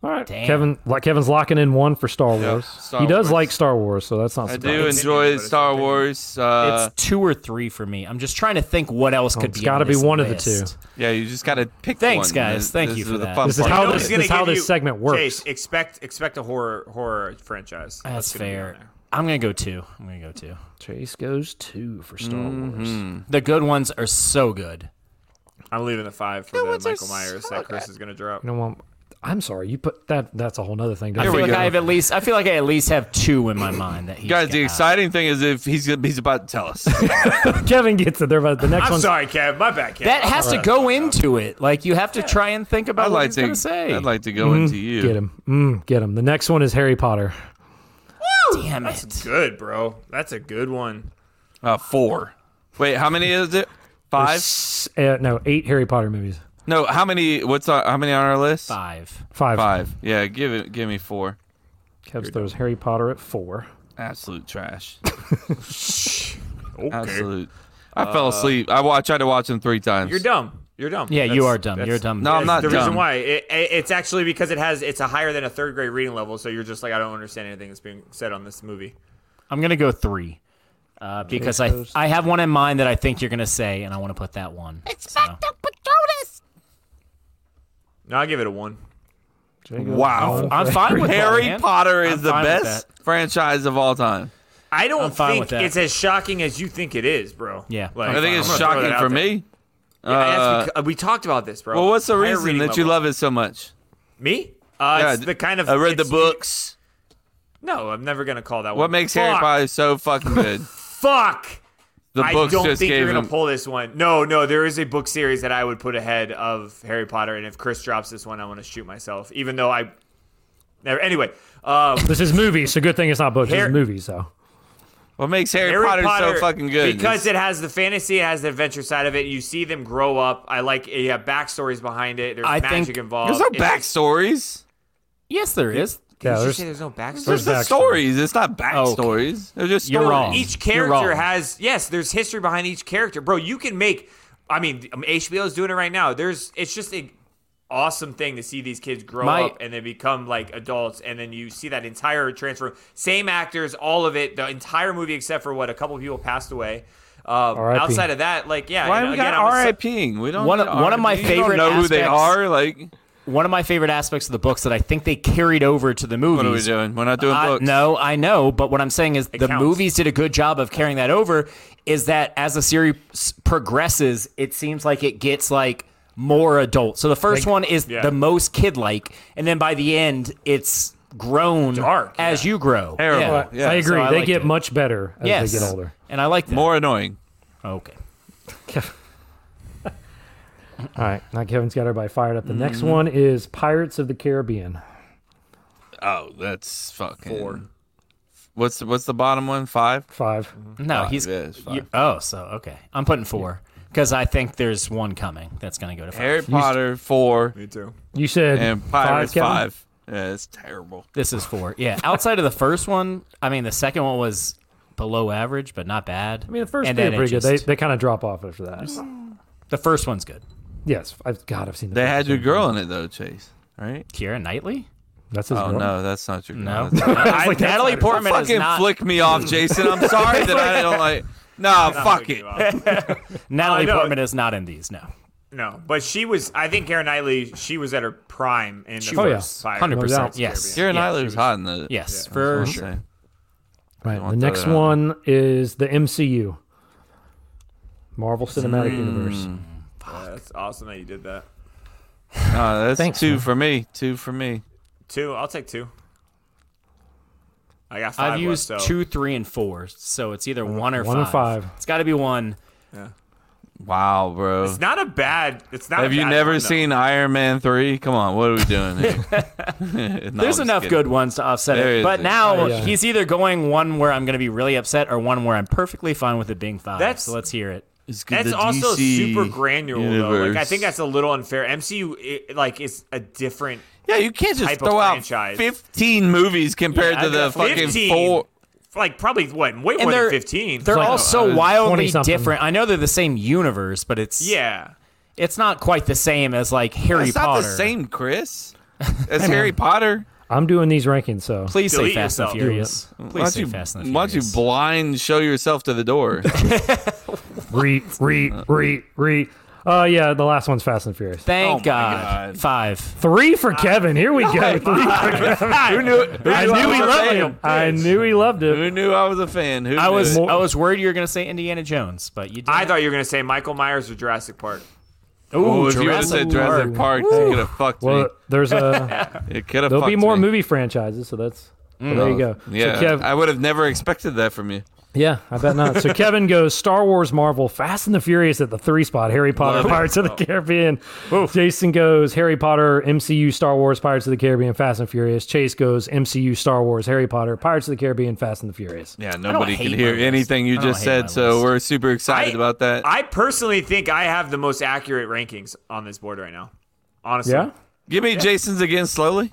All right.
Damn.
Kevin, like Kevin's locking in one for Star Wars.
Star
he does
Wars.
like Star Wars, so that's not.
I
surprising.
do
It's-
enjoy
but it's
Star
okay.
Wars. Uh,
it's two or three for me. I'm just trying to think what else could
it's
Oh, be.
gotta
on
be
this
one of the
list.
two.
yeah, you just gotta pick.
Thanks,
one.
guys.
This-
Thank
this
you
is
for
the
that.
fun
This is
part.
how
No,
this-
it's gonna
is how
give
this
you-
segment works.
Chase, expect expect a horror horror franchise.
That's
gonna be on
fair.
there.
I'm gonna go two. I'm gonna go two.
Chase goes two for Star
Mm-hmm.
Wars.
The good ones are so good.
I'm leaving the five for the Michael Myers that Chris is gonna drop.
You know what? I'm sorry. You put that. That's a whole nother thing.
I
Don't
feel
we
like
go.
I have at least. I feel like I at least have two in my mind that he's
Guys, the
got.
exciting thing is if he's gonna- he's about to tell us.
Kevin gets it there, but the next
I'm
one's
sorry, Kev. My bad, Kev.
That
I'm
has to
sorry.
go into it. Like you have to try and think about
I'd
what
like
he's
to.
gonna say.
I'd like to go into you.
Get him. Mm, get him. The next one is Harry Potter.
Oh, Damn it!
Good, bro. That's a good one.
Uh, four. Wait, how many is it? Five.
S- Uh, no, eight Harry Potter movies.
No, how many? What's our, how many on our list?
Five.
Five.
Five. Yeah, give it. Give me four.
Kev throws Harry Potter at four.
Absolute trash.
Okay.
Absolute. I fell asleep. I wa- tried to watch them three times.
You're dumb. You're dumb.
Yeah, you
That's-
are dumb.
that's-
You're a dumb.
No, I'm
that's
not
the
dumb.
reason why. It, it- it's actually because it has it's a higher than a third grade reading level. So you're just like I don't understand anything that's being said on this movie.
I'm gonna go three. Uh, because I I have one in mind that I think you're gonna say, and I want to put that one. It's so.
No, I give it a one.
Jay goes
Wow.
one.
I'm fine with
Harry
that, man.
Potter is
I'm
the
fine with
best franchise of all time.
I don't
I'm fine
think
with that.
it's as shocking as you think it is, bro.
Yeah.
Like,
I'm
I think
fine
it's
I'm gonna throw
shocking
that out
for
there.
me.
Yeah,
Uh,
that's becau- we talked about this, bro.
well, what's the
Higher
reason
reading
that you
level.
love it so much?
me? Uh,
Yeah,
it's the kind of
I read the
it's-
books.
No, I'm never gonna call that one.
What makes
Fuck,
Harry Potter so fucking good?
Fuck.
The
I
books
don't
just
think
gave
you're gonna
him.
pull this one. No, no, there is a book series that I would put ahead of Harry Potter, and if Chris drops this one, I want to shoot myself. Even though I, Never. Anyway, um,
This is movies, so good thing it's not books.
Harry-
it's movies, so.
What makes Harry,
Harry
Potter,
Potter,
so fucking good?
because it has the fantasy, it has the adventure side of it. You see them grow up. I like it. You have backstories behind it. There's
I
magic
think-
involved.
there's no
It's-
backstories.
Yes, there is.
Yeah,
Did you
there's-
say there's no backstories?
There's
There's
just stories. It's not backstories. They're just stories.
You're wrong.
each
You're
character
wrong.
has yes there's history behind each character bro you can make i mean um, hbo's doing it right now there's it's just a awesome thing to see these kids grow
My-
up and they become like adults and then you see that entire transfer same actors all of it the entire movie except for what a couple people passed away um,
R.I.P..
outside of that like yeah
Why
and
we
again,
got
I'm a-
RIPing? We don't.
One of-
need
one of my
RIP. You don't
favorite
know who they
aspects-
are. Like,
One of my favorite aspects of the books that I think they carried over to the movies.
what are we doing? We're not doing
I-
books.
no, I know, but what I'm saying is the
counts.
movies did a good job of carrying that over. Is that as the series progresses, it seems like it gets like more adult. So the first one is
yeah.
the most kid-like, and then by the end, it's grown
Dark,
as you grow.
Terrible.
Yeah.
Yeah.
I agree.
So I
they
liked
get
it.
much better as
Yes,
they get older.
and I like that. Oh,
More annoying.
Okay.
All right, now Kevin's got everybody fired up. The next one is Pirates of the Caribbean.
Oh, that's fucking four. What's the, what's the bottom one? Five.
Five.
No, he's
yeah, it's fine.
you- oh, so okay. I'm putting four because I think there's one coming that's going to go to five.
Harry Potter four
me too
You said
and Pirates
Kevin?
five. Yeah, it's terrible.
This is four. Yeah. Outside of the first one, I mean, the second one was below average, but not bad.
I mean, the first
and
two are
then it
pretty good. They,
just-
they kind of drop off after that.
the first one's good.
Yes, I've God, I've seen. The
They
first
had
two.
your girl in it though, Chase. Right?
Kira Knightley?
That's his
Oh
girl.
no, that's not your girl.
No.
That's-
I, Natalie Portman is
fucking
not.
flick me off, Jason. I'm sorry that I don't like. No, fuck it.
Natalie
know.
Portman is not in these. No.
no but she was i think karen knightley she was at her prime in the
Oh, yeah.
first Pirates of the
100%.
doubt.
yes.
Kieran
Yeah,
Knightley was hot in the.
Yes,
that's what
for
I'm
sure.
saying.
Right. The
want to
next
throw that out.
one is the MCU, Marvel Cinematic
Hmm.
Universe.
Caribbean. Yeah, that's awesome that you did that
No, that's
Thanks,
two
man.
for me. Two for me.
two i'll take two I got five
I've used
left, so.
two, three, and four, so it's either one or
One or
five.
five.
It's got to be one.
Wow, bro.
It's not a bad. It's not. a
Have you
bad
never
one, though.
seen Iron Man three? Come on, what are we doing? Here? No,
There's
I'm just
enough
kidding.
good ones to offset
There
it.
is
But
it.
now
Oh, yeah.
he's either going one where I'm going to be really upset or one where I'm perfectly fine with it being five.
That's-
so let's hear it.
It's good
That's
the
also
DC
super granular. Though. Like I
universe.
think that's a little unfair. MCU it, like is a different.
yeah. You can't just
type of
throw out
franchise.
fifteen movies compared
Yeah, I
to the
got
fucking
15.
four.
Like probably what way more than fifteen.
They're all so
uh,
wildly
20-something.
different. I know they're the same universe, but it's
yeah.
it's not quite the same as like Harry
It's
Potter.
not the same, Chris. As Harry Potter.
I'm doing these rankings, so
Please say
Delete
Fast and
yourself.
Furious.
Why
Please
don't
say
you,
Fast and
why don't you
Furious.
blind show yourself to the door?
re re re re. Uh, yeah, the last one's Fast and Furious.
Thank
Oh my
God.
God.
Five.
Three for
Ah,
Kevin. Here we go. Three for Kevin.
who knew? Who
I knew he
was a
loved
fan?
him. I knew he loved it.
Who knew I was a fan? Who
I
knew
was
it?
I was worried you were gonna say Indiana Jones, but you did.
I thought you were gonna say Michael Myers or Jurassic Park.
Ooh, if you would have said Jurassic Park, you could have fucked
Well, there's a
me. It could have.
there'll be
fucked
more
me. Mm.
movie franchises, so that's so there you go.
Yeah,
so Kev,
I would have never expected that from you.
yeah, I bet not. So Kevin goes Star Wars, Marvel, Fast and the Furious at the three spot, Harry Potter, Pirates of the Caribbean. Jason goes Harry Potter, MCU, Star Wars, Pirates of the Caribbean, Fast and Furious. Chase goes MCU, Star Wars, Harry Potter, Pirates of the Caribbean, Fast and the Furious.
Yeah, nobody
hate
could
my
hear
list.
anything you
I don't
just
hate my
said, so
list.
we're super excited
I-
about that.
I personally think I have the most accurate rankings on this board right now. Honestly.
Yeah.
Give me Jason's again slowly.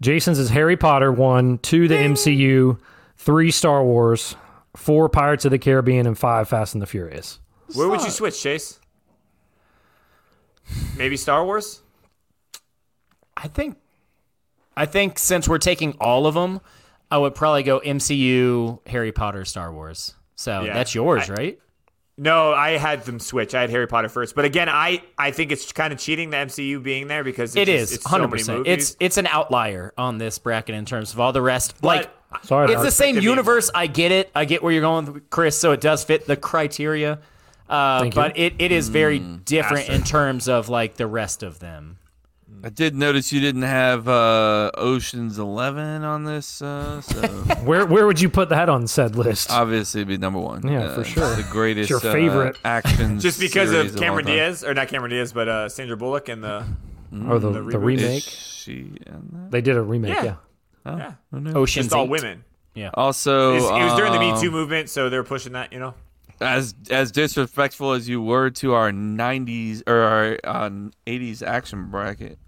Jason's is Harry Potter one, two the MCU, three Star Wars, four Pirates of the Caribbean, and five Fast and the Furious.
Where would you switch, Chase? Maybe Star Wars.
I think I think since we're taking all of them, I would probably go MCU, Harry Potter, Star Wars. So
Yeah.
that's yours, right?
No, I had them switch. I had Harry Potter first, but again, I I think it's kind of cheating the MCU being there because it's
It
just-
is
it's so many
100%.
movies.
it's it's an outlier on this bracket in terms of all the rest. like
Sorry,
it's the
Mark.
same
to be-
universe. I get it. I get where you're going, with Chris. So it does fit the criteria, uh,
Thank you.
but it, it is very different in terms of like the rest of them.
I did notice you didn't have uh, Ocean's Eleven on this, uh, so
where where would you put that on said list?
obviously it'd be number one.
Yeah,
Uh,
for
it's
sure.
The greatest
It's your
uh,
favorite.
action
just because
series
of
all
Cameron
time.
Diaz or not Cameron Diaz, but uh, Sandra Bullock and the
or the,
The
the,
reboot.
remake.
She and
They did a remake, yeah.
Yeah. yeah.
Ocean's
Just all
Eight.
women.
Also,
It's- it was during the Me
um,
Too movement, so they're pushing that. You know,
As as disrespectful as you were to our '90s or our uh, '80s action bracket,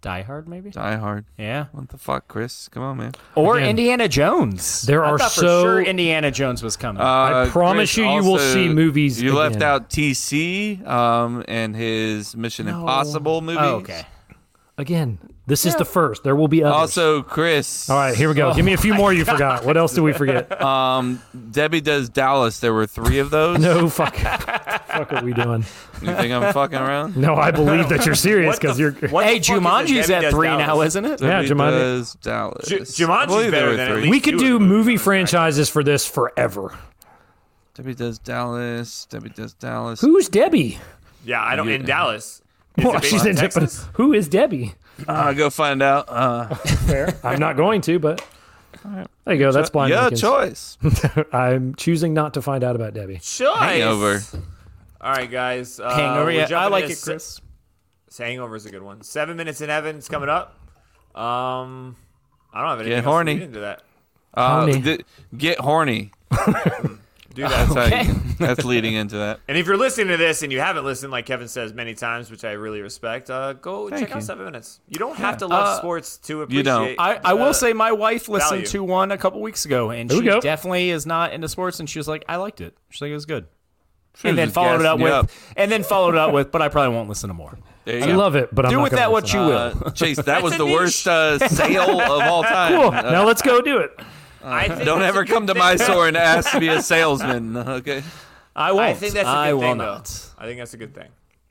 Die Hard, maybe.
Die Hard.
Yeah,
What the fuck, Chris? Come on, man.
or
Again,
Indiana Jones.
there
I
are
thought for
so-
sure Indiana Jones was coming.
Uh,
promise you, you will see movies
You left
again.
out TC um, and his Mission Impossible movies.
oh, okay.
Again, this is the first. There will be others.
Also, Chris.
All right, here we go. Give me a few more you forgot. What else did we forget?
Um, Debbie does Dallas. There were three of those.
No, fuck. fuck, what we doing?
You think I'm fucking around?
No, I believe that you're serious because you're.
what
Hey,
the fuck is that
Jumanji's
Debbie
at
Does
three
Dallas?
now, isn't it?
Debbie
Jumanji-
does Dallas.
Ju-
I
Jumanji's
believe there
better
were
than at
three.
least-
We could
do it
do
in the
movie franchises for this forever.
Debbie does Dallas. Debbie does Dallas.
Who's Debbie?
Yeah, I don't. In
Yeah.
Dallas, Is it
Well,
based
she's
in
in Japan.
Texas?
Who is Debbie?
Uh, go find out. Uh,
I'm not going to, but there you go. That's blind.
yeah,
Lincoln's.
choice.
I'm choosing not to find out about Debbie.
Choice.
Hangover.
All right, guys. Uh,
Hangover.
we're
yeah, I
jumping
like
into
it, Chris.
se- Hangover is a good one. Seven minutes in heaven's coming up. Um, I don't have anything else to
horny.
lead into that.
Uh,
Horny.
th- get horny.
Do that.
That's, how you, that's leading into that.
And if you're listening to this and you haven't listened, like Kevin says many times, which I really respect, uh, go
Thank
check out
you. Uh,
Seven Minutes. You don't have to love sports to appreciate.
don't.
I, I
uh,
will say my wife listened
value.
to one a couple weeks ago, and
There we
she
go.
definitely is not into sports, and she was like, "I liked it." She's like, "It was good,"
Should've
and then
just
followed it
gassed
up
me
with,
up.
and then followed it up with, "But I probably won't listen to more."
There you
I
go.
love it, but I'm
Do
not
with
gonna
that what
listen.
you will.
Uh, Chase, that was
a
the
niche.
worst uh, sale of all time.
Cool.
Uh,
now let's go do it.
I think
don't
that's
ever
a good
come to
thing.
my store and ask to be a salesman. Okay.
I won't.
I think that's a good
I will
thing,
not.
though. I think that's a good thing.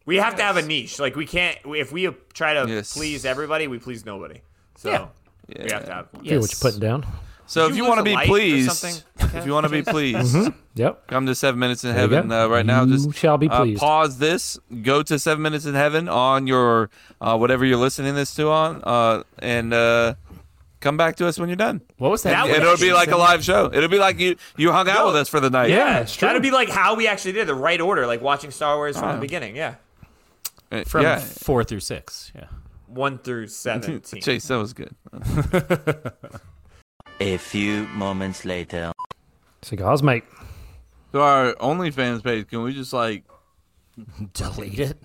We have to have a niche. Like we can't. If we try to
Yes.
please everybody, we please nobody. So
Yeah.
we have to have. One.
Feel what you're putting down.
So
Did
if
you lose
you want
a
to be
light or
pleased,
something?
if you want to be pleased,
Mm-hmm. Yep.
come to Seven Minutes in
you
Heaven
go.
uh, right now.
You
Just
shall be
uh,
pleased.
pause this. Go to Seven Minutes in Heaven on your uh, whatever you're listening this to on, uh, and uh, come back to us when you're done.
What was that?
That
again?
would
It'll be like a
Jason?
live show. It'll be like you you hung out with us for the night.
Yeah, it's true.
That'd be like how we actually did the right order, like watching Star Wars from the beginning. Yeah,
Uh,
from
yeah.
four through six. Yeah.
one through seventeen.
Chase, that was good.
A few moments later.
Cigars, mate.
So our OnlyFans page, can we just like
Delete it.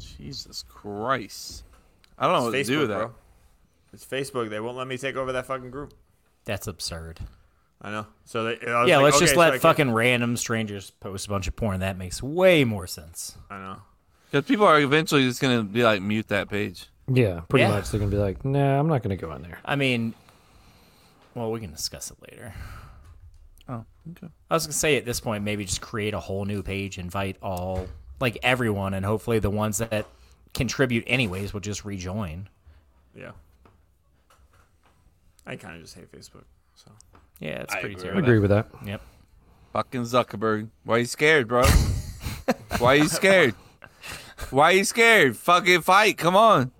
Jesus Christ? I don't know what
It's
to do
Facebook,
with that.
bro. It's Facebook. They won't let me take over that fucking group.
That's absurd.
I know. So they, I was
Yeah,
like,
let's
okay,
just
so I
let
can-
fucking random strangers post a bunch of porn. That makes way more sense.
I know.
Because people are eventually just gonna be like mute that page.
Yeah, pretty
Yeah.
much. They're gonna be like, nah, I'm not gonna go in there.
I mean, well, we can discuss it later.
Oh, okay.
I was gonna say at this point, maybe just create a whole new page, invite all like everyone, and hopefully the ones that contribute anyways will just rejoin.
Yeah. I kind of just hate Facebook. So
Yeah, it's
I
pretty
agree
terrible.
with
Agree with that.
Yep.
Fucking Zuckerberg. Why you scared, bro? Why you scared? Why you scared? Fucking fight. Come on.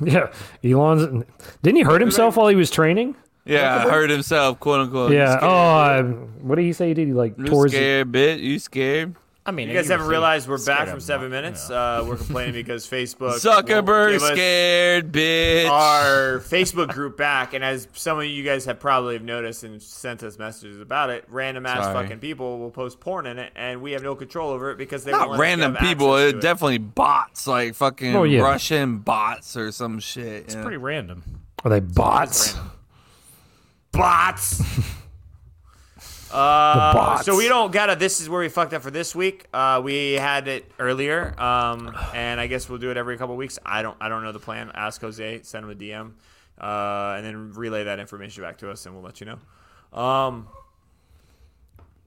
Yeah, Elon's. Didn't he hurt himself while he was training?
Yeah, I heard himself, quote unquote.
Yeah.
You
Oh, I, what did he say? He did he like
scared, you
towards?
scared bitch. You scared?
I mean,
you guys haven't
were
realized we're back
scared
from
of
seven
not-
minutes. Uh, we're complaining because Facebook won't
Zuckerberg
give us
scared bitch.
our Facebook group back, and as some of you guys have probably have noticed and sent us messages about it, random ass
Sorry.
fucking people will post porn in it, and we have no control over it because they won't
Not
let us
random
have
people.
access
It,
to it.
definitely bots, like fucking
Oh, yeah.
Russian bots or some shit. It's
pretty random.
Are Oh, they bots?
bots. Uh, So we don't gotta. This is where we fucked up for this week. Uh, we had it earlier, um, and I guess we'll do it every couple weeks. I don't. I don't know the plan. Ask Jose. Send him a DM, uh, and then relay that information back to us, and we'll let you know. Um,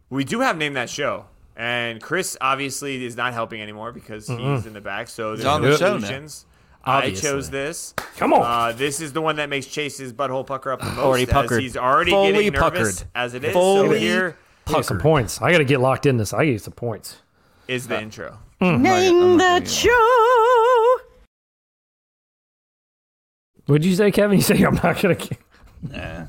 we do have name that show, and Chris obviously is not helping anymore because he's in the back. So there's
on
no
the show now.
solutions. I
Obviously.
chose this.
Come on.
Uh, this is the one that makes Chase's butthole pucker up the most.
Oh. Already
as
puckered.
He's already
Fully
getting nervous
puckered.
as it is. so
Fully
here
Give me some points. I gotta get locked in this. I get some points.
is
Uh,
the intro.
Name that
What'd you say, Kevin? You say I'm not gonna. Nah.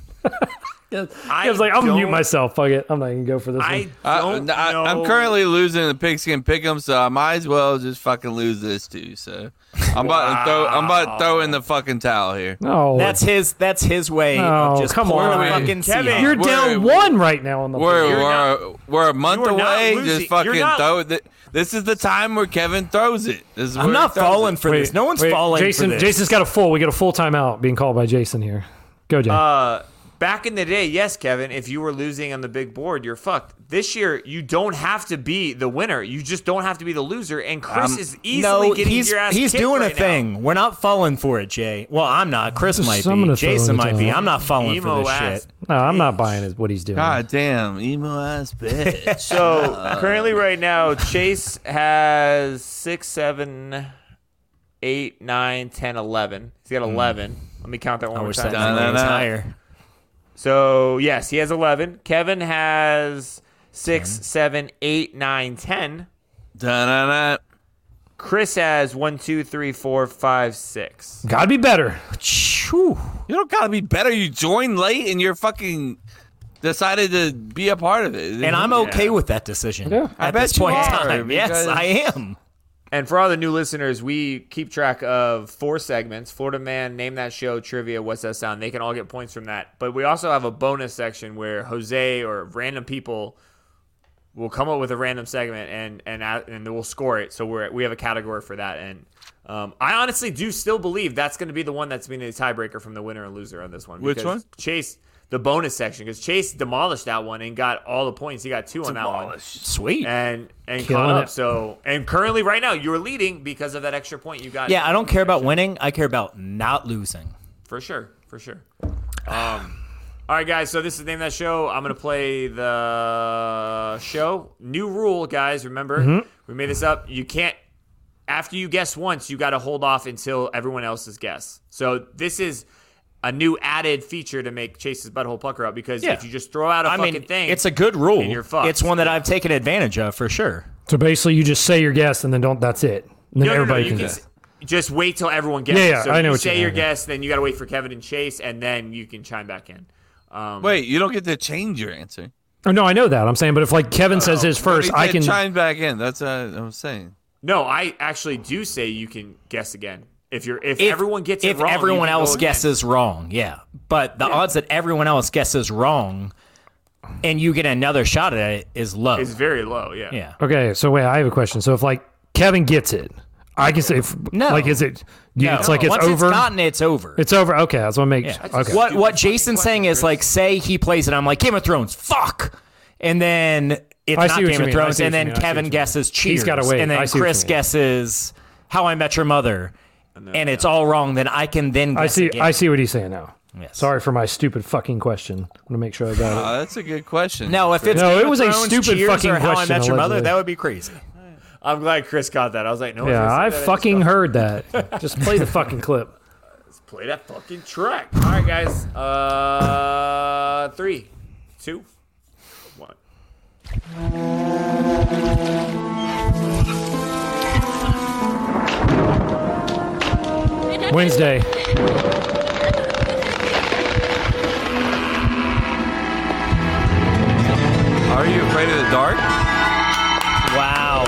I, was like, I'm gonna mute
don't-
myself. Fuck it. I'm not gonna go for this.
I
one.
don't
Uh, I,
know.
am currently losing the pigskin pick'em, so I might as well just fucking lose this too. So I'm about to throw. I'm about to throw in the fucking towel here.
No.
that's his. That's his way.
Oh,
of just
come
pouring
on.
the fucking
Kevin,
seed.
You're down one right now on the
We're
board.
we're, we're a month
you are not
away.
losing-
Just
you're
fucking
not-
throw it. This is the time where Kevin throws it. This is
I'm
where he
not
throws
falling
it.
for this. No one's
Wait,
falling
Jason,
for this.
Jason's got a full. We got a full timeout being called by Jason here. Go, Jay.
Uh, back in the day, yes, Kevin, if you were losing on the big board, you're fucked. This year, you don't have to be the winner. You just don't have to be the loser. And Chris
Um,
is easily
no,
getting
he's,
your ass
He's
kicked
doing
right
a
now.
thing. We're not falling for it, Jay. Well, I'm not. Chris
Just
might
some
be.
of the throw
Jason
in the
might be.
towel.
I'm not falling for
Emo
this
ass.
shit.
no, I'm not buying is what he's doing.
God damn, emo ass bitch.
So currently, right now, Chase has six, seven, eight, nine, ten, eleven. He's got eleven. Let me count that one
I
more
wish that
time.
Da-da-da.
number was higher.
So yes, he has eleven. Kevin has six, seven, eight, nine, ten.
Da-na-na.
Chris has one, two, three, four, five, six.
Gotta be better.
Phew.
You don't gotta be better. You joined late and you're fucking decided to be a part of it.
And I'm
Yeah.
okay with that decision.
Yeah.
At
I bet
this
you
point in
are,
time. Yes,
because-
I am.
And for all the new listeners, we keep track of four segments Florida Man, Name That Show, Trivia, What's That Sound? They can all get points from that. But we also have a bonus section where Jose or random people will come up with a random segment and and a- and we'll score it. So we're, we have a category for that. And um, I honestly do still believe that's going to be the one that's being the tiebreaker from the winner and loser on this one.
Which
because
one?
Chase, the bonus section, because Chase demolished that one and got all the points. He got two on that one
Sweet.
and and
Killing
caught up.
it.
So and currently, right now, you're leading because of that extra point you got.
Yeah, I don't care about winning. I care about not losing.
for sure, for sure. Um, all right, guys. So this is the name of that show. I'm gonna play the show. New rule, guys. Remember,
Mm-hmm.
we made this up. You can't. After you guess once, you got to hold off until everyone else's guess. So this is a new added feature to make Chase's butthole pucker up because
Yeah.
if you just throw out a
I
fucking
mean,
thing,
it's a good rule.
and you're fucked.
It's one that I've taken advantage of for sure.
So basically, you just say your guess and then don't. That's it. And
No, no,
then
no,
everybody
you
can
can
guess.
s- just wait till everyone guesses.
Yeah, yeah,
so
I know
you
what
say
you mean,
your
yeah.
guess, then you got to wait for Kevin and Chase, and then you can chime back in. Um,
Wait, you don't get to change your answer.
Oh, no, I know that. I'm saying, but if like Kevin says his first,
But he
I
did
can.
chime back in. That's what I'm saying.
no, I actually do say you can guess again if you're if,
If-
everyone gets
if
it wrong. you
everyone
can go
else
again.
guesses wrong, yeah. But the odds that everyone else guesses wrong and you get another shot at it is low.
it's very low. Yeah,
yeah.
Okay, so wait, I have a question. So if like Kevin gets it, I can say, if,
No.
like, is it? You,
No.
It's like it's
Once
over.
it's gotten, it's over.
It's over. Okay, that's what I make. Okay.
What what
Stupid
Jason's
fucking
saying is
question,
like, say he plays it, I'm like Game of Thrones, fuck, and then it's
I see
not
what
Game
you mean, I
of
see
Thrones,
what
and
you
then
mean, I see what
Kevin
you
guesses Cheers,
He's gotta wait.
and
I
then
see what you
Chris
mean.
guesses How I Met Your Mother, and it's all wrong. Then I can then guess
I see.
Again.
I see what he's saying now.
Yes.
Sorry for my stupid fucking question. I'm gonna make sure I got
Oh, that's a good question.
No, if it's
No,
Game
it
of
was a
Thrones,
stupid
Cheers,
fucking
or How I
question,
Met Your Mother,
allegedly.
that would be crazy.
I'm glad Chris got that. I was like, no.
it.
one's gonna
Yeah,
say
I
that. just
fucking heard that. Just play the fucking clip.
fucking play that fucking track. All right, guys. Uh, three, two, one.
Wednesday.
Are you afraid of the dark?
Wow,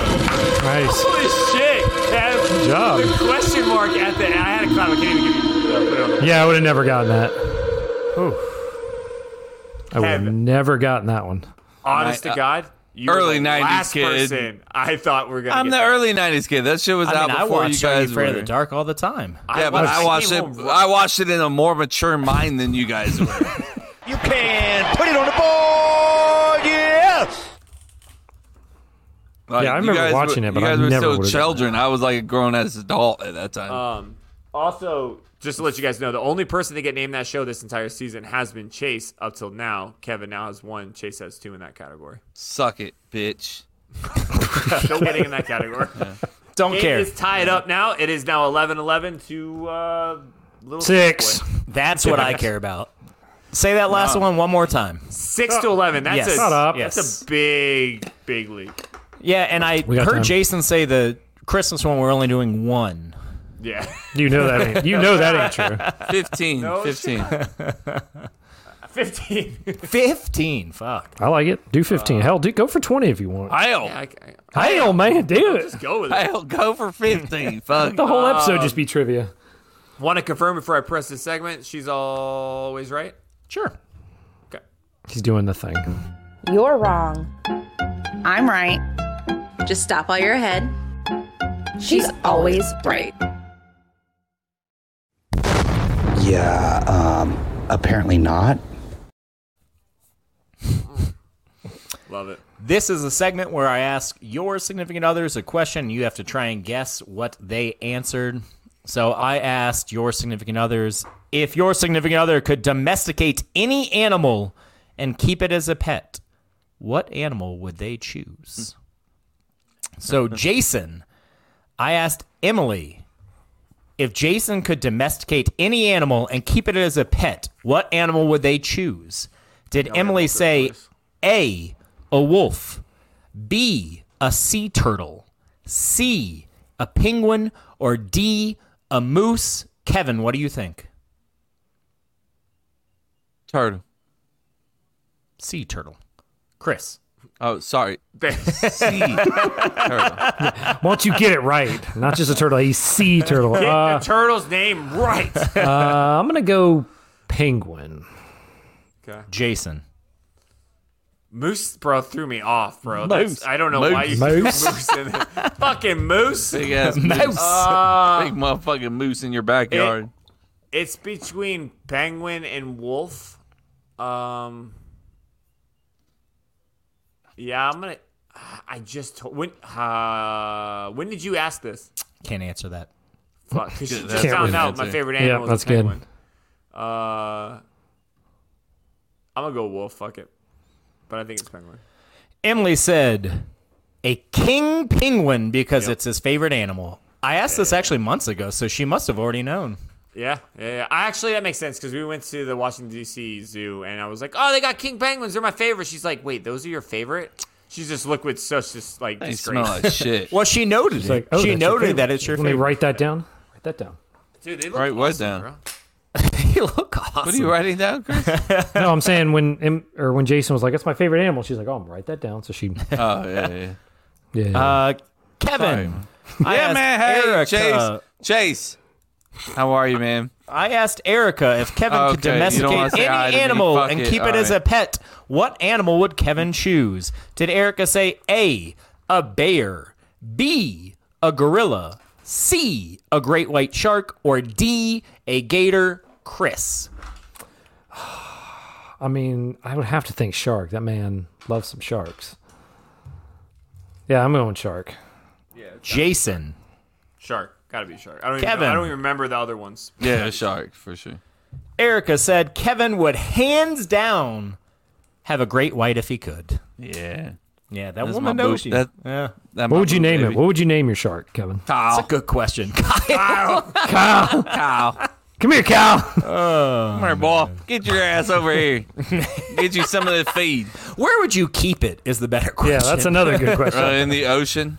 Nice.
Holy shit, Kev.
Good job.
The question mark at the. I had a clap. I can't even give you. uh, put it on the-
Yeah, I would have never gotten that. Oof. I would have
Kevin.
never gotten that one.
Honest
Ni-
to God, you
early
were the
90s
last
kid.
person I thought we're gonna.
I'm
get
the
that.
early '90s kid. That shit was
I
out
mean, I
before you
watch Are You
guys
Afraid
were.
of the Dark all the time.
Yeah, but I
came
watched it.
home-
I watched it in a more mature mind than you guys were.
You can put it on the board, yes!
Like,
Yeah, I
you
remember
guys
watching
were,
it, but
you
I
guys were
never
still
would've done
children. I was like a grown ass adult at that time.
Um, also, just to let you guys know, the only person to get named that show this entire season has been Chase up till now. Kevin now has one. Chase has two in that category.
Suck it, bitch.
Still getting in that category.
Don't
Game
care.
is tied up now. It is now 11-11 to uh, little
Six.
Boy.
That's what I care about. Say that last one one more time.
Six to eleven. That's
Yes.
a
Shut
up.
that's
Yes.
a big big leap.
Yeah, and I
got
heard
time.
Jason say the Christmas one. We're only doing one.
Yeah.
You know that ain't. You know that ain't true.
15, 15.
15.
15. Fuck.
I like it. Do 15. Hell, do, go for 20 if you want.
Hell.
Hell, man, do it.
go with it.
Hell, go for 15. Fuck.
The whole episode just
uh,
be trivia.
Want to confirm before I press this segment? She's always right.
Sure.
She's doing the thing.
You're wrong. I'm right. Just stop while you're ahead. She's always right.
Yeah, um, apparently not.
Love it.
This is a segment where I ask your significant others a question. You have to try and guess what they answered. So I asked your significant others if your significant other could domesticate any animal and keep it as a pet, what animal would they choose? So, Jason, I asked Emily if Jason could domesticate any animal and keep it as a pet, what animal would they choose? Did Emily say A, a wolf, B, a sea turtle, C, a penguin, or D, a moose? Kevin, what do you think?
Turtle.
Sea turtle. Chris.
Oh, sorry. sea turtle.
Once you get it right, not just a turtle, a sea turtle.
Get
Uh,
the turtle's name right.
uh, I'm gonna go penguin.
okay.
Jason.
Moose, bro, threw me off, bro.
Moose.
That's- I don't know
Moose.
why you
Moose.
moose in there. Fucking moose.
Big ass moose.
Uh,
Big motherfucking moose in your backyard.
It's between penguin and wolf. Um. Yeah, I'm gonna. I just told when. Uh, when did you ask this?
Can't answer that.
Fuck, 'cause she
Good,
just
that's
found
good
out my
answer.
favorite
Yeah,
animal. is
that's
a
good.
penguin. Uh, I'm gonna go wolf. Fuck it, but I think it's penguin.
Emily said a king penguin because it's his favorite animal. I asked this actually months ago, so she must have already known.
Yeah, yeah, yeah. I- Actually, that makes sense because we went to the Washington D.C. Zoo, and I was like, "Oh, they got king penguins. They're my favorite." She's like, "Wait, those are your favorite?" She's just looked with such just like
They
disgrace.
smell like shit.
Well, she noted
It's
it.
like, oh,
she
that's your
noted that
favorite.
it's your
Let
favorite.
me write that down. Write that down.
Dude, they look
Right, was
awesome,
down.
bro.
What are you writing down, Chris? Oh,
No, I'm saying when Em- or when Jason was like, "That's my favorite animal," she's like, "Oh, I'm gonna write that down." So she,
oh, yeah, yeah.
yeah,
Uh, Kevin. I
yeah,
asked
man. Hey,
Erica-
Chase. Chase. How are you, man?
I asked Erica if Kevin could
Okay, you don't wanna
domesticate
say hi to
any
me.
animal
Fuck
and
it.
keep it
All
as
right.
a pet. What animal would Kevin choose? Did Erica say A, a bear, B, a gorilla, C, a great white shark, or D, a gator? Chris.
I mean, I would have to think shark. That man loves some sharks. Yeah, I'm going shark.
Jason.
Shark, gotta be shark. I don't. Even
Kevin.
know. I don't even remember the other ones.
Yeah, a shark for sure.
Erica said Kevin would hands down have a great white if he could.
Yeah.
Yeah, that
That's my
woman knows
boo-
you.
that-
yeah.
That
What would
my
you
boo
name
baby.
it? What would you name your shark, Kevin?
That's a good question.
Kyle,
Come here, Cal.
come here, boy. Get your ass over here. Get you some of the feed.
Where would you keep it is the better question.
Yeah, that's another good
Uh,
question.
in the ocean.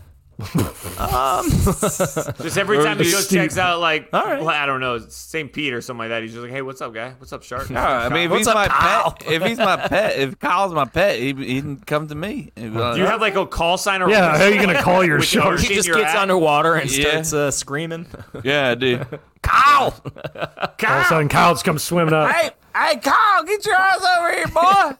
Just every time he goes
Steve.
checks out like well, I don't know St. Pete or something like that. He's just like, "Hey, what's up, guy? What's up, shark?"
No, Uh, I mean, if
What's
he's
up,
my
Kyle?
pet, if he's my pet, if Kyle's my pet, he, he can come to me. Uh, Do
Do you have like a call sign or
Yeah, how are you gonna call your shark?
He just gets underwater and
Yeah.
starts uh, screaming.
Yeah, I do.
Ow!
All of a sudden, Kyle just comes swimming up.
hey, hey, Kyle, get your ass over here, boy.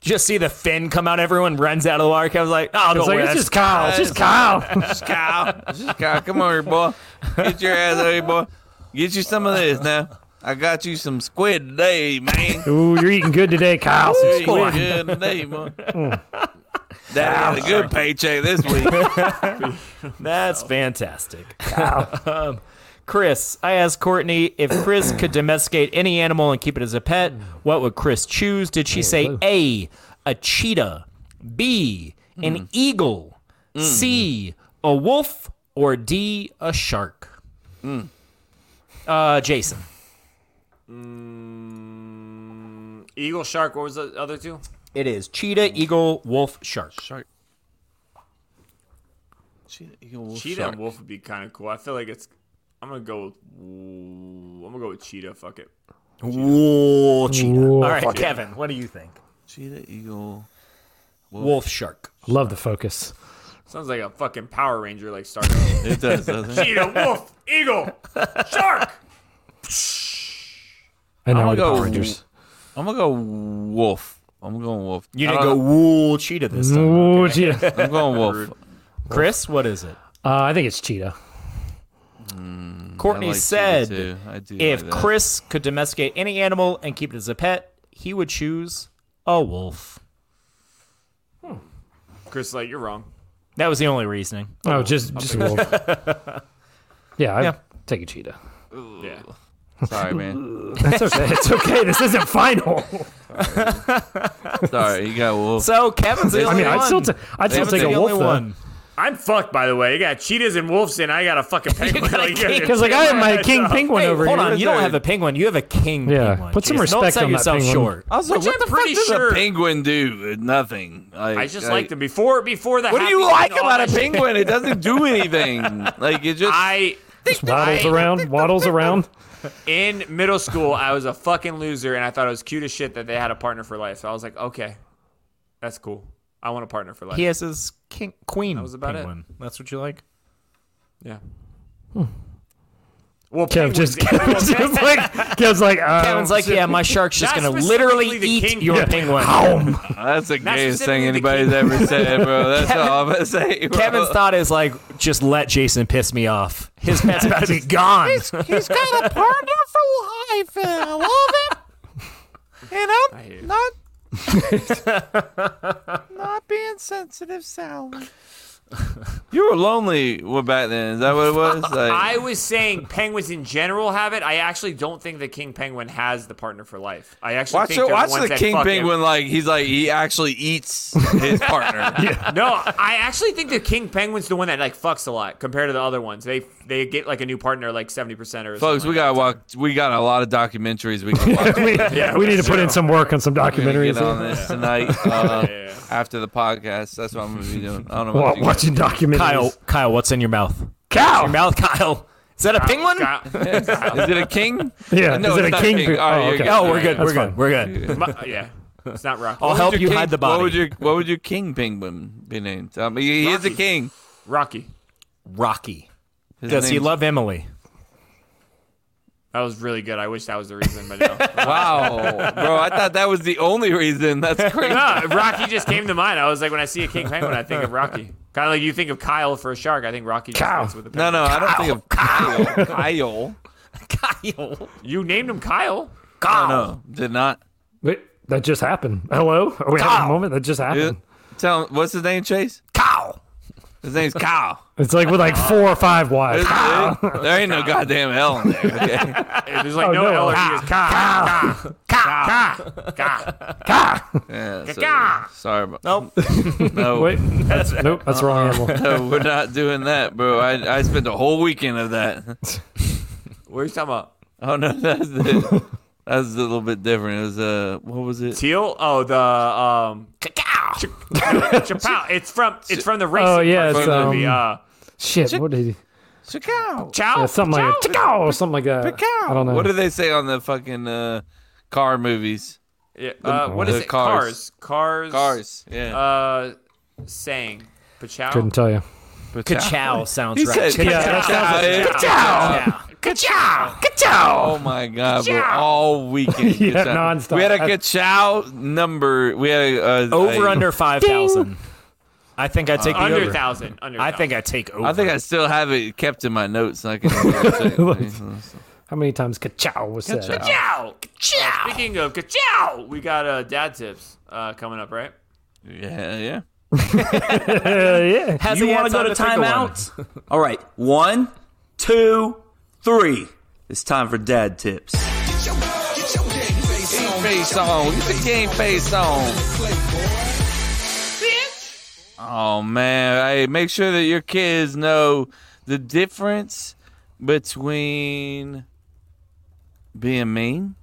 Just see the fin come out. Everyone runs out of the water. I was like, oh, don't
It's like
worry.
it's
that's-
just Kyle. It's just Kyle.
It's Kyle. It's just Kyle. Come over here, boy. Get your ass over here, boy. Get you some of this now. I got you some squid today, man.
Ooh, you're eating good today, Kyle. Some
Hey,
squid.
good today, boy. That was a good paycheck this week.
That's fantastic. Um, Chris, I asked Courtney if Chris could domesticate any animal and keep it as a pet, what would Chris choose? Did she say A, a cheetah, B, an eagle, C, a wolf, or D, a shark? Mm. Uh, Jason.
Mm, Eagle, shark. What was the other two?
It is cheetah, eagle, wolf, shark.
Shark. Cheetah, eagle, wolf,
Cheetah
shark.
and wolf would be kind of cool. I feel like it's. I'm gonna go with. I'm gonna go with cheetah. Fuck it.
Whoa, cheetah.
Whoa,
All right,
fuck it.
Kevin, what do you think?
Cheetah, eagle,
wolf, shark.
Love the focus.
Sounds like a fucking Power Ranger like Stark.
It does, doesn't it?
Cheetah, wolf, eagle, shark.
And now
I'm
we're
gonna
the
go.
Power Rangers.
I'm gonna go wolf. I'm going wolf.
You
I
didn't go
don't know.
wool cheetah this time.
Ooh, cheetah.
I'm going wolf.
Chris, what is it?
Uh, I think it's cheetah.
Courtney
like cheetah
said
too. I do
if
like that.
Chris could domesticate any animal and keep it as a pet, he would choose a wolf.
Chris, is like you're wrong.
That was the only reasoning.
Oh, just just a wolf. yeah, I would take a cheetah.
Yeah.
Sorry, man.
That's okay. it's okay. This isn't final.
Sorry, you got wolf.
So Kevin's the
I
only
mean,
one.
I'd
still ta- I'd still
Kevin's
take
the
a wolf,
only
though.
one.
I'm fucked, by the way. You got cheetahs and wolves, and I got a fucking penguin.
got a
you guys
king.
are
'Cause, like,
tearing
I have my
heads
king
off.
penguin
Hey,
over
hold
here.
on, you don't have a penguin. You have a king
Yeah,
penguin.
put some
Jeez, Don't
respect
sell
on that
yourself
penguin.
short.
I was like,
Which
what
I'm
the fuck
pretty
does
sure-
a penguin do? Nothing. Like,
I just liked him before before the.
What do you
happy
like
and all
about
that
a
shit.
penguin? It doesn't do anything. Like it just.
I
Just waddles around, waddles around.
in middle school I was a fucking loser, and I thought it was cute as shit that they had a partner for life. So I was like, okay, that's cool. I want a partner for life.
He has his king, queen
was about it.
penguin. That's what you like?
Yeah. Well,
Kev just,
penguins-
Kev's just like Kev's like. Uh,
Kevin's like, yeah, my shark's just
Not
going to
specifically
literally
the
eat
king
your
penguin.
penguin.
That's the gayest thing
specifically the
anybody's ever said, bro. That's all I'm gonna say. Bro.
Kevin's thought is like, just let Jason piss me off. His pet's about to be gone.
He's got a partner for life, and I love it. And I'm
hear you.
not not being sensitive, Sally.
You were lonely well, back then. Is that what it was? Like,
I was saying penguins in general have it. I actually don't think the king penguin has the partner for life. I actually
watch
think
the,
they're
watch
ones
the
that
king
fuck him.
penguin. Like he's like he actually eats his partner.
No, I actually think the king penguin's the one that like fucks a lot compared to the other ones. They they get like a new partner like seventy percent or
Folks,
something
we gotta walk. We got a lot of documentaries we can watch. We're gonna
yeah, we need to put in some work on some
get
documentaries.
on this tonight uh, after the podcast. That's what I'm gonna be doing. I don't know.
Wa-
What, you guys-
watching documentaries.
Kyle, Kyle, what's in your mouth?
Cow.
Your mouth, Kyle. Is that a penguin?
like that.
Is it a king? Uh,
Yeah,
No,
is it
it's
a
not
king?
pig.
pig?
All right,
oh,
you're
okay.
good.
Oh, we're good.
That's
We're good.
fine.
We're good.
My- yeah, it's not rocky.
I'll
What
help
would
you
your
hide
king-
the body.
What would your What would your king penguin be named? I mean, he is a
Rocky.
king.
Rocky.
Rocky.
His
Does he
name's-
love Emily?
That was really good. I wish that was the reason, but no.
Wow, bro! I thought that was the only reason. That's crazy.
no. Uh, Rocky just came to mind. I was like, when I see a king penguin, I think of Rocky. Kind of like you think of Kyle for a shark. I think Rocky just
Cow.
fits with the
No,
penguin.
no, I don't think of Kyle. Kyle.
Kyle.
You named him Kyle.
Kyle. No, did not.
Wait, that just happened. Hello? Are we having
Cow.
a moment? That just happened.
Uh, Tell him what's his name, Chase.
Kyle.
His name's Kyle.
It's like with like four or five wives.
There- There, there ain't no goddamn L in there. Okay?
There's like
Oh,
no,
no.
L or E. It's Kyle. Kyle. Kyle. Kyle.
Yeah, so-
Ka-ka.
sorry, about
Nope.
no,
Wait, that's, nope, that's the
Uh-huh.
wrong animal.
no, we're not doing that, bro. I I spent a whole weekend of that.
What are you talking about?
Oh no, that's the, that's a little bit different. It was uh, what was it?
Teal? Oh, the um. Ch- Chappelle. It's from it's from the racing
Oh,
part
yeah,
of
it's,
the movie.
um,
Uh,
Shit, what did he?
Chicago.
Chow.
Yeah, something
Chow?
like a cow or something like that. I don't know.
What do they say on the fucking uh, car movies?
Yeah, uh, what is
Oh, the
it?
cars.
Cars. Cars.
Cars. Yeah.
Uh, saying. Pachow.
Couldn't tell you.
Ka-chow sounds
He
right.
said, "Ka-chow."
Ka-chow.
Oh my god, bro! All weekend,
Yeah,
ka-chow.
nonstop.
We had a ka-chow number. We had a, a,
Over
a-
under 5,000. I think I take the
Under
over.
thousand. Under.
I think
1,000.
I take over.
Uh, I think I still have it kept in my notes. And I can.
How many times ka-chow was said?
Ka-chow. Ka-chow. Speaking of ka-chow, we got uh, dad tips uh, coming up, right?
yeah, yeah.
Hell yeah.
Has
You
he had
want to go to
time pick a one?
timeout?
All right, one, two, three. It's time for dad tips.
Game face on. Get the game face on. Oh man, hey, make sure that your kids know the difference between being mean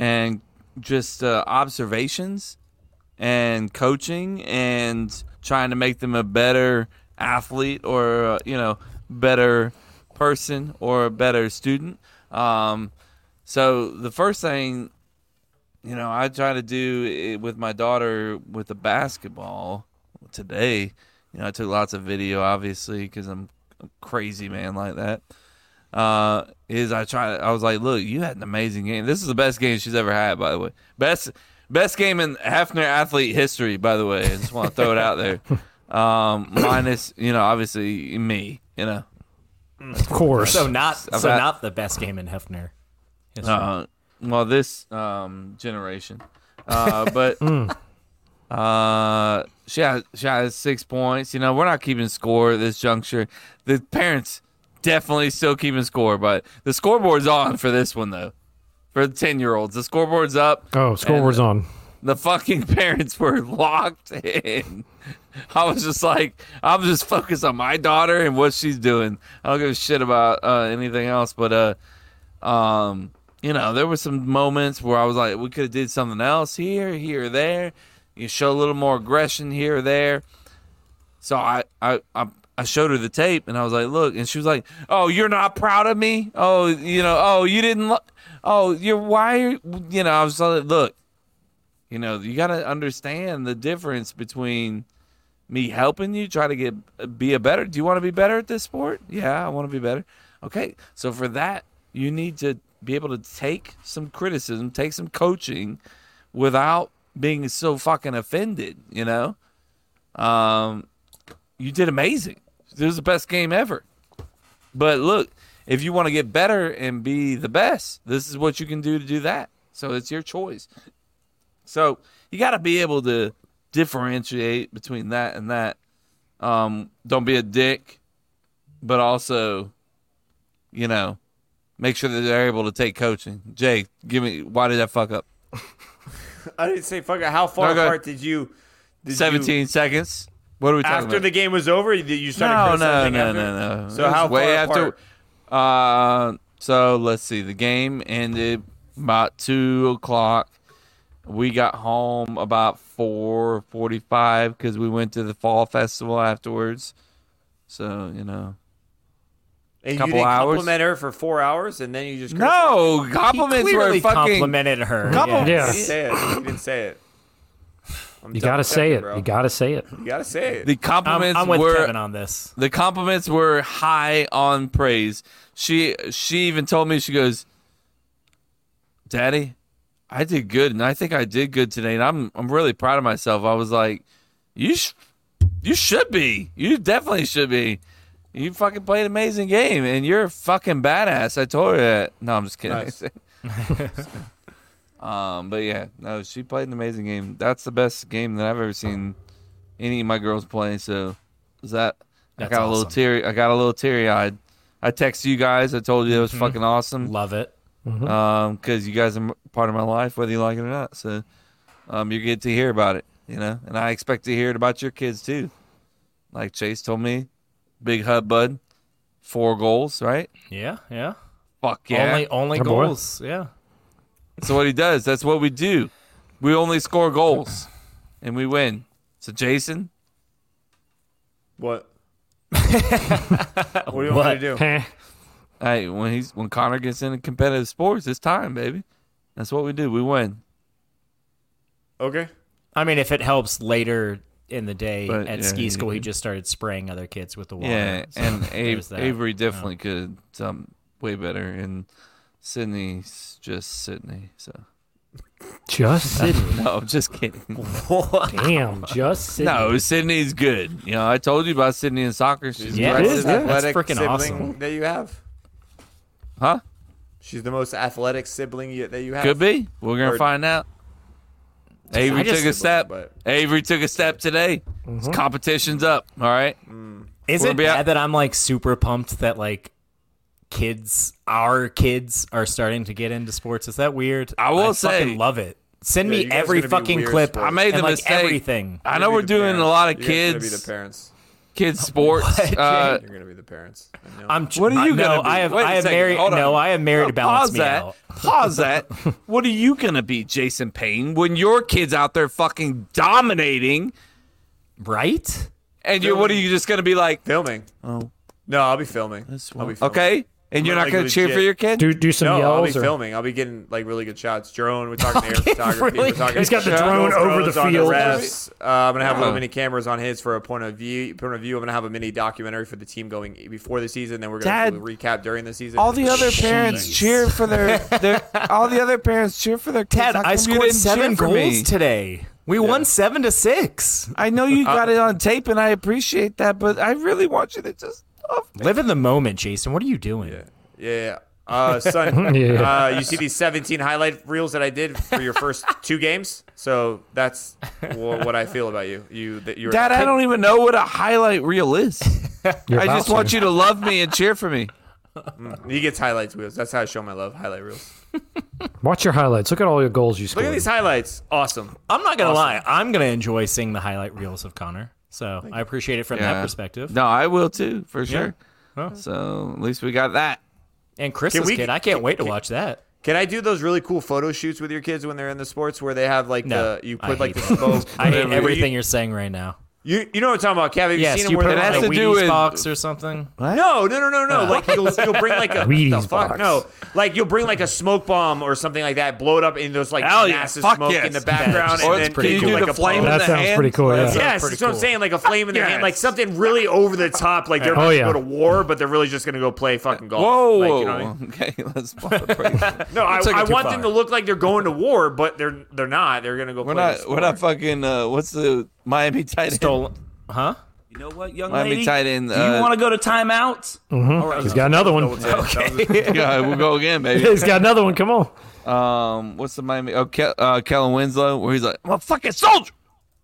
and just uh, observations and coaching and trying to make them a better athlete or uh, you know better person or a better student. Um, So the first thing, you know, I try to do it with my daughter with the basketball today. You know, I took lots of video, obviously, because I'm a crazy man like that. Uh, is I try? I was like, look, you had an amazing game. This is the best game she's ever had, by the way. Best best game in Hefner athlete history, by the way. I just want to throw it out there. Um, minus, you know, obviously me. You know,
Of course.
Oh,
So not
I've
so
had-
not the best game in Hefner. history.
Uh, well, this um, generation, uh, but
Mm.
uh, she has she has six points. You know, we're not keeping score at this juncture. The parents definitely still keeping score, but the scoreboard's on for this one though. For the ten year olds, the scoreboard's up.
Oh, scoreboard's on.
The fucking parents were locked in. I was just like, I'm just focused on my daughter and what she's doing. I don't give a shit about uh, anything else. But uh, um, you know, there were some moments where I was like, we could have did something else here, here, or there. You show a little more aggression here or there. So I, I, I, I showed her the tape, and I was like, "Look," and she was like, "Oh, you're not proud of me? Oh, you know, oh, you didn't, lo- oh, you're why, are- you know." I was like, "Look, you know, you got to understand the difference between me helping you try to get uh, be a better. Do you want to be better at this sport? Yeah, I want to be better. Okay, so for that, you need to be able to take some criticism, take some coaching, without being so fucking offended. You know, um, you did amazing. It was the best game ever. But look, if you want to get better and be the best, this is what you can do to do that. So it's your choice. So you got to be able to differentiate between that and that. Um, don't be a dick, but also, you know, make sure that they're able to take coaching. Jay, give me why did that fuck up?
I didn't say fuck. it. How
No,
far
go ahead.
apart did you? Did you-
Seventeen seconds. What are we talking
after
about?
the game was over, you- you started
no, no,
criticizing
no,
after?
no, no. It
So
was
how
way
far
after?
apart?
Uh, so let's see. The game ended about two o'clock. We got home about four forty-five because we went to the fall festival afterwards. So you know,
And you
couple
didn't
hours.
compliment her for four hours, and then you just
No,
criticized her?
compliments He clearly were fucking-
complimented her.
Compl-
You
Yeah.
didn't say it. You didn't say it. I'm
You gotta say it.
double-checking, bro.
You gotta say it.
You gotta say it.
The compliments
I'm with
were
Kevin
on this.
The compliments were high on praise. She she even told me she goes, "Daddy, I did good, and I think I did good today, and I'm I'm really proud of myself." I was like, "You sh- you should be. You definitely should be. You fucking played an amazing game, and you're a fucking badass." I told her that. No, I'm just kidding.
Nice.
um, but yeah, no, she played an amazing game. That's the best game that I've ever seen any of my girls play. So is that
That's
I got a little
awesome.
teary. I got a little teary eyed. I texted you guys. I told you it was
Mhm.
fucking awesome.
Love it. Mhm.
Um, because you guys are m- part of my life, whether you like it or not. So, um, you get to hear about it, you know. And I expect to hear it about your kids too. Like Chase told me, big hub bud, four goals, right?
Yeah, yeah.
Fuck yeah.
Only only goals. Yeah.
That's what he does. That's what we do. We only score goals, and we win. So Jason,
What? what do you want me to do?
hey, when he's when Connor gets into competitive sports, it's time, baby. That's what we do. We win.
Okay.
I mean, if it helps later in the day
But,
at
yeah,
ski
you
school, he
could-
just started spraying other kids with the water.
Yeah,
so
and Ave-
there's that.
Avery definitely could um way better, and Sydney's just Sydney. So
Just Sydney.
no, I'm just kidding.
Damn, just Sydney.
No, Sydney's good. You know, I told you about Sydney in soccer. She's
Yeah,
the
it
best
is, yeah. That's
athletic
freaking
sibling.
awesome. That you have.
Huh?
She's the most athletic sibling you, that you have.
Could be. We're gonna
Or-
find out. Avery
I just-
took a step. Avery took a step today.
Mhm.
Competition's up. All right.
Mm.
Is
We're
it
be out-
bad that I'm like super pumped that like kids, our kids, are starting to get into sports? Is that weird? I
will
fucking
say-
love it. Send
Yeah,
me
you guys
every
are gonna be
fucking
weird
clip.
sports. I made
and,
the
like,
mistake.
Everything.
I know we're doing a lot of
You guys are gonna be
kids.
the parents.
Kids sports.
What,
Uh,
Jay?
You're gonna be the parents. I know.
I'm.
What are you
no,
gonna be?
I have.
Wait a
I have
second.
married.
Hold on.
No, I have married
No,
to balance
pause
me
that.
out.
Pause that. What are you gonna be, Jason Payne, when your kid's out there fucking dominating?
Right.
And you, what are you just gonna be like?
Filming.
Oh,
No, I'll be filming. I'll be filming.
okay. And you're not
like,
gonna cheer
legit-
for your kid?
Do- do some
no, I'll be
yells or-
filming. I'll be getting like really good shots. Drone. We're talking air photography.
really
we're talking.
good He's got the
shots.
drone
GoPros
over the
on
field.
refs. Uh, I'm gonna have
Yeah.
little mini cameras on his for a point of view. Point of view. I'm gonna have a mini documentary for the team going before the season. Then we're gonna
Dad,
do a recap during the season.
All the other parents cheer for their, their all the other parents cheer for their kids.
Ted,
How
I
come you
scored
didn't cheer
seven
for
goals
me?
today. We won seven to six.
I know
Uh,
you got it on tape, and I appreciate that, but I really want you to just oh,
Live in the moment, Jason. What are you doing?
Yeah. Uh, son,
Yeah.
Uh, you see these 17 highlight reels that I did for your first two games? So that's wh- what I feel about you. You, that you're
Dad, I don't e- even know what a highlight reel is. I
about
just want
to.
you to love me and cheer for me.
Mm, He gets highlights reels. That's how I show my love. Highlight reels.
Watch your highlights. Look at all your goals you
Look
scored.
at these highlights. Awesome.
I'm not gonna
Awesome.
lie. I'm gonna enjoy seeing the highlight reels of Connor. So I appreciate it from that
Yeah.
perspective.
No, I will too, for
Yeah.
sure.
Well.
So at least we got that.
And Chris's
we-
kid, I can't wait to watch that.
Can I do those really cool photo shoots with your kids when they're in the sports where they have like
No,
the you
I
put like the
hate
smoke?
I hate
whatever.
everything you're saying right now.
You, you, you know what I'm talking about, Kev? Have you
yes,
seen them
you
where
put
they're
it
on
on
the
a
Wheaties
Wheaties
box
box or something.
No, no, no, no, no.
Uh.
Like you'll, you'll bring like a
Wheaties
the fuck
box.
no, like you'll bring like a smoke bomb or something like that, blow it up, and there's like
Hell yeah,
massive
fuck
smoke
yes.
in the
That's
background,
pretty
and then
cool. Can you do
like
the
a
flame in
blow.
That the sounds hand? pretty cool, yeah. That sounds
Yes,
pretty
that's what I'm
cool.
saying. Like a flame in the hand, like something really over the top. Like they're
Oh,
about
yeah.
to go to war, but they're really just gonna go play fucking golf.
Whoa.
Like, you know what I mean?
Okay, let's pause the break.
No, I,
Took it
I
too
want
far.
them to look like they're going to war, but they're they're not. They're gonna go.
We're
play the
not. We're not fucking. Uh, what's the Miami tight end?
Stolen. Huh?
You know what, young
Miami
lady?
tight end,
Do
uh,
you want to go to timeout?
Mhm.
All right.
He's got another one.
yeah, we'll go again, baby.
He's got another one. Come on.
Um, what's the Miami? Oh, Ke- uh, Kellen Winslow, where he's like, "I'm a fucking soldier."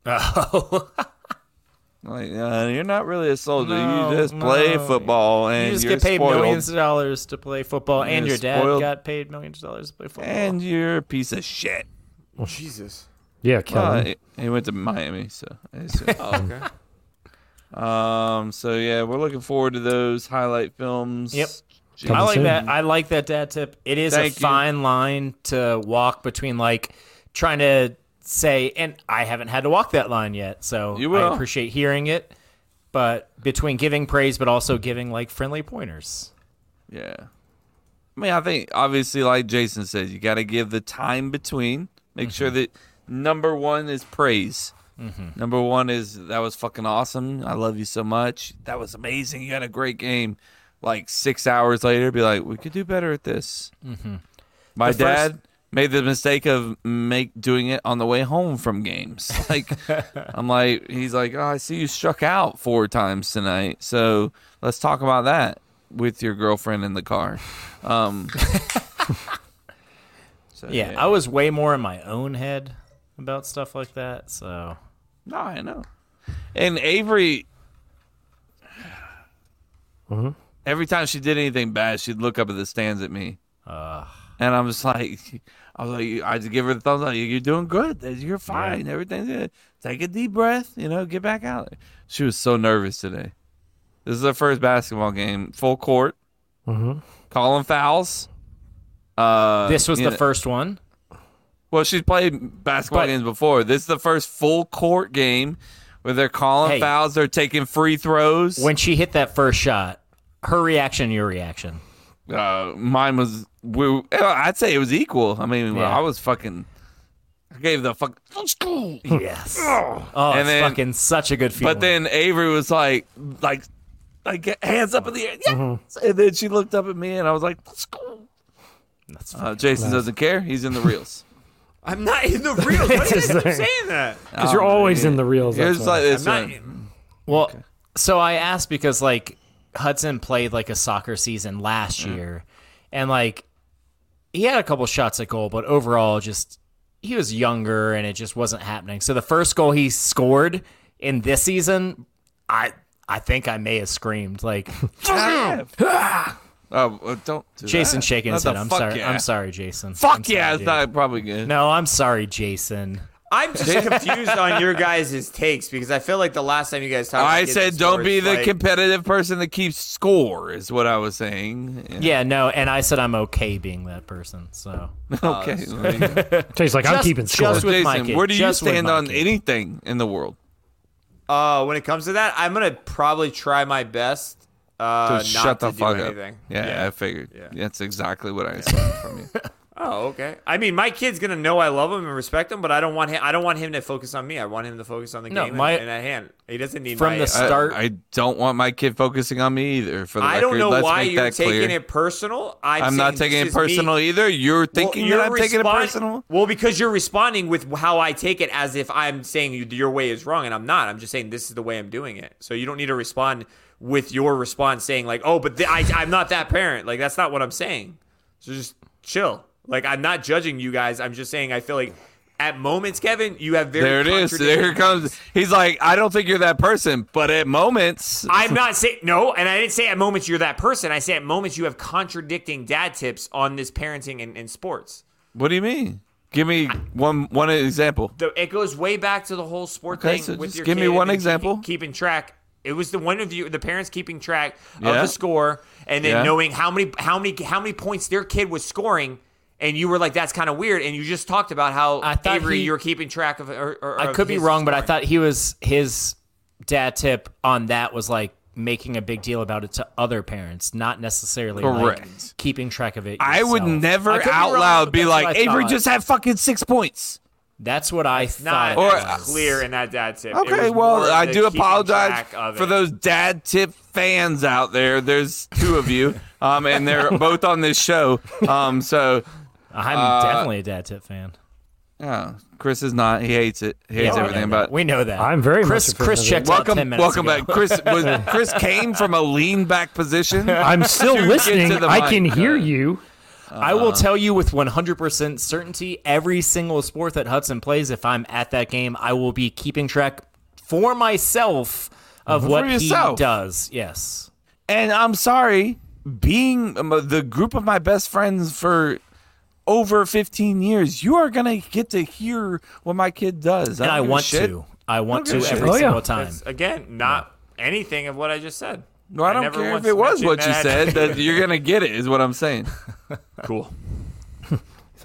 Oh.
like, uh, you're not really a soldier.
No,
you just play
no.
football, and
You just
are
get paid
spoiled,
millions of dollars to play football,
You're
and your dad
spoiled. Eh,
got paid millions of dollars to play football.
and you're a piece of shit.
Jesus.
Yeah,
Well,
Kellen.
he- he went to Miami, so. I assume.
Oh,
okay.
Um. So yeah, we're looking forward to those highlight films.
Yep.
Jeez.
I like that. I like that dad tip. It is
Thank
a
you.
fine line to walk between like trying to say, and I haven't had to walk that line yet, so
You will.
I appreciate hearing it. But between giving praise, but also giving like friendly pointers.
Yeah. I mean, I think obviously, like Jason says, you got to give the time between. Make sure
Mm-hmm.
that number one is praise.
Mhm.
Number one is that was fucking awesome. I love you so much. That was amazing. You had a great game. Like six hours later, be like, we could do better at this.
Mhm.
My
The
dad
first-
made the mistake of make doing it on the way home from games. Like I'm like he's like, "Oh, I see you struck out four times tonight. So, let's talk about that with your girlfriend in the car." Um so,
yeah, I was way more in my own head about stuff like that. So
No, I know. And Avery
Mhm.
every time she did anything bad, she'd look up at the stands at me. and I'm just like, I was like, I just give her the thumbs up. You're doing good. You're fine. Everything's good. Take a deep breath. You know, get back out. there." She was so nervous today. This is her first basketball game, full court,
Mhm.
calling fouls. Uh,
this was
you
the
know-
first one.
Well, she's played basketball
But-
games before. This is the first full court game where they're calling
Hey.
fouls. They're taking free throws.
When she hit that first shot, her reaction, your reaction.
uh, mine was we, I'd say it was equal. I mean,
Yeah.
I was fucking. I gave the fuck. Let's go.
Yes. Oh,
And
it's
then-
fucking such a good feeling.
But then Avery was like, like, like hands up in the air. Yes!
Mm-hmm.
And then she looked up at me, and I was like, let's go.
That's
Uh, Jason doesn't care. He's in the reels.
I'm not in the real. Why do you
his
keep
thing.
saying that?
Uh,
Because you're always in the reels.
Here's
that's why.
like this uh,
I'm not-
one.
Well, so I asked because like Hudson played like a soccer season last
Uh-huh.
year, and like he had a couple shots at goal, but overall, just he was younger and it just wasn't happening. So the first goal he scored in this season, I I think I may have screamed like
Oh, well, don't. Do
Jason
that.
shaking
Not
his
the
head. I'm
fuck
sorry.
yeah.
I'm sorry, Jason.
Fuck
I'm sorry,
yeah, it's
dude.
not probably good.
No, I'm sorry, Jason.
I'm just confused on your guys' takes because I feel like the last time you guys talked, about
I
kids
said,
and
don't
sports,
be the
like,
competitive person that keeps score, is what I was saying.
Yeah, no, and I said I'm okay being that person. So
Okay. there you go.
Tastes like I'm
Just-
keeping score.
just with my
Jason,
kid,
where do you
just with
stand
my
on
kid.
anything in the world?
Uh, when it comes to that, I'm gonna probably try my best Uh,
Just
not
shut the
to do
fuck
anything.
up. Yeah, I figured. That's exactly what I expected from you.
Oh, okay. I mean, my kid's gonna know I love him and respect him, but I don't want him. I don't want him to focus on me. I want him to focus on the
No,
game
my-
and, and at hand. He doesn't need my,
I- I, don't want my kid focusing on me either. For the
I
record,
don't know
Let's
why
make
you're
that
taking
clear.
it personal. I'm,
I'm not
saying
taking
this
it
is me-
personal either. You're thinking
you're
that I'm taking it
respon-
personal.
Well, because you're responding with how I take it as if I'm saying you- your way is wrong, and I'm not. I'm just saying this is the way I'm doing it. So you don't need to respond with your response saying like, "Oh, but th- I, I'm not that parent." Like that's not what I'm saying. So just chill. Like I'm not judging you guys. I'm just saying I feel like at moments, Kevin, you have very
there it is.
contradictory-
There it comes. He's like, I don't think you're that person, but at moments,
I'm not saying no, and I didn't say at moments you're that person. I say at moments you have contradicting dad tips on this parenting and, and sports.
What do you mean? Give me one one example.
The, it goes way back to the whole sport
Okay,
thing.
so
with
just
your
give me
kid
one
and
example.
keep- keeping track. It was the one of you, the parents keeping track of
Yeah.
the score, and then
Yeah.
knowing how many how many how many points their kid was scoring, and you were like, "That's kind of weird." And you just talked about how I
thought
Avery,
he-
you're keeping track of. Or, or,
I
of
could be
his
wrong, but I
scoring.
thought he was his dad tip on that was like making a big deal about it to other parents, not necessarily like,
Correct.
keeping track of it.
I would
yourself.
never
I could be
out
wrong,
loud
but
be
that's
like,
what I
"Avery,
thought."
just have fucking six points."
That's what I thought.
not
it
as
was.
clear in that dad tip. It
Okay,
was more
well, I
the
do
keeping
apologize
track of
for
it.
those dad tip fans out there. There's two of you, um, and they're both on this show. Um, so
I'm
uh,
definitely a dad tip fan.
Oh, Chris is not. He hates it. He hates
Yeah, we
everything
know that.
about.
We know that.
I'm very
Chris-
much a fan
Chris
of it.
checked out
Welcome,
10 minutes
welcome
ago.
back. Chris was, Chris came from a lean back position.
I'm still
to get
listening.
to the
I
mic.
can hear you.
I
Uh-huh.
will tell you with 100% certainty every single sport that Hudson plays, if I'm at that game, I will be keeping track for myself of
For
what
yourself.
he does. Yes.
And I'm sorry, being um, the group of my best friends for over 15 years, you are gonna get to hear what my kid does.
and
don't
I
give a
want
shit.
to. I want
don't
to
give a
every
Oh,
shit.
single time.
It's, again, not anything of what I just said.
No, I don't
never
care if
once
it was
mentioned
what you
that.
said. That you're gonna get it is what I'm saying.
cool.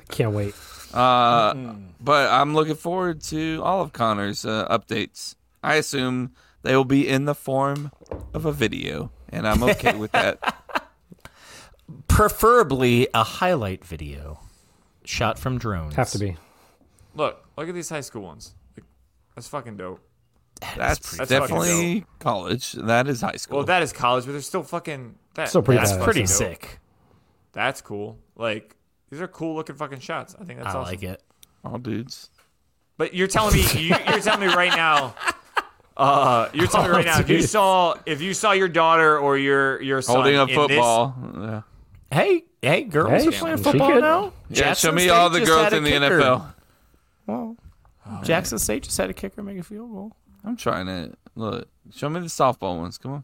Can't wait.
Uh, But I'm looking forward to all of Connor's uh, updates. I assume they will be in the form of a video, and I'm okay with that.
Preferably a highlight video shot from drones.
Have to be.
Look, look at these high school ones. Like, that's fucking dope.
That's,
That's fucking
definitely college. That is high school.
Well, that is college, but they're still fucking. That,
Still pretty
that's
badass,
fucking
Pretty
dope.
Uh, sick.
That's cool. Like these are cool looking fucking shots. I think that's
I
awesome.
like it.
all dudes.
But you're telling me you, you're telling me right now. Uh, you're telling me right now if you
Oh, dude.
saw if you saw your daughter or your your son
Holding a
in this-
football. Yeah.
Hey, hey, girls
Hey,
are playing
she
football
could.
now.
yeah, show
Jackson
me
State
all the
just
girls
had a
in the
kicker.
NFL.
Well, Jackson State just had a kicker make a field goal.
I'm trying to look. Show me the softball ones. Come on.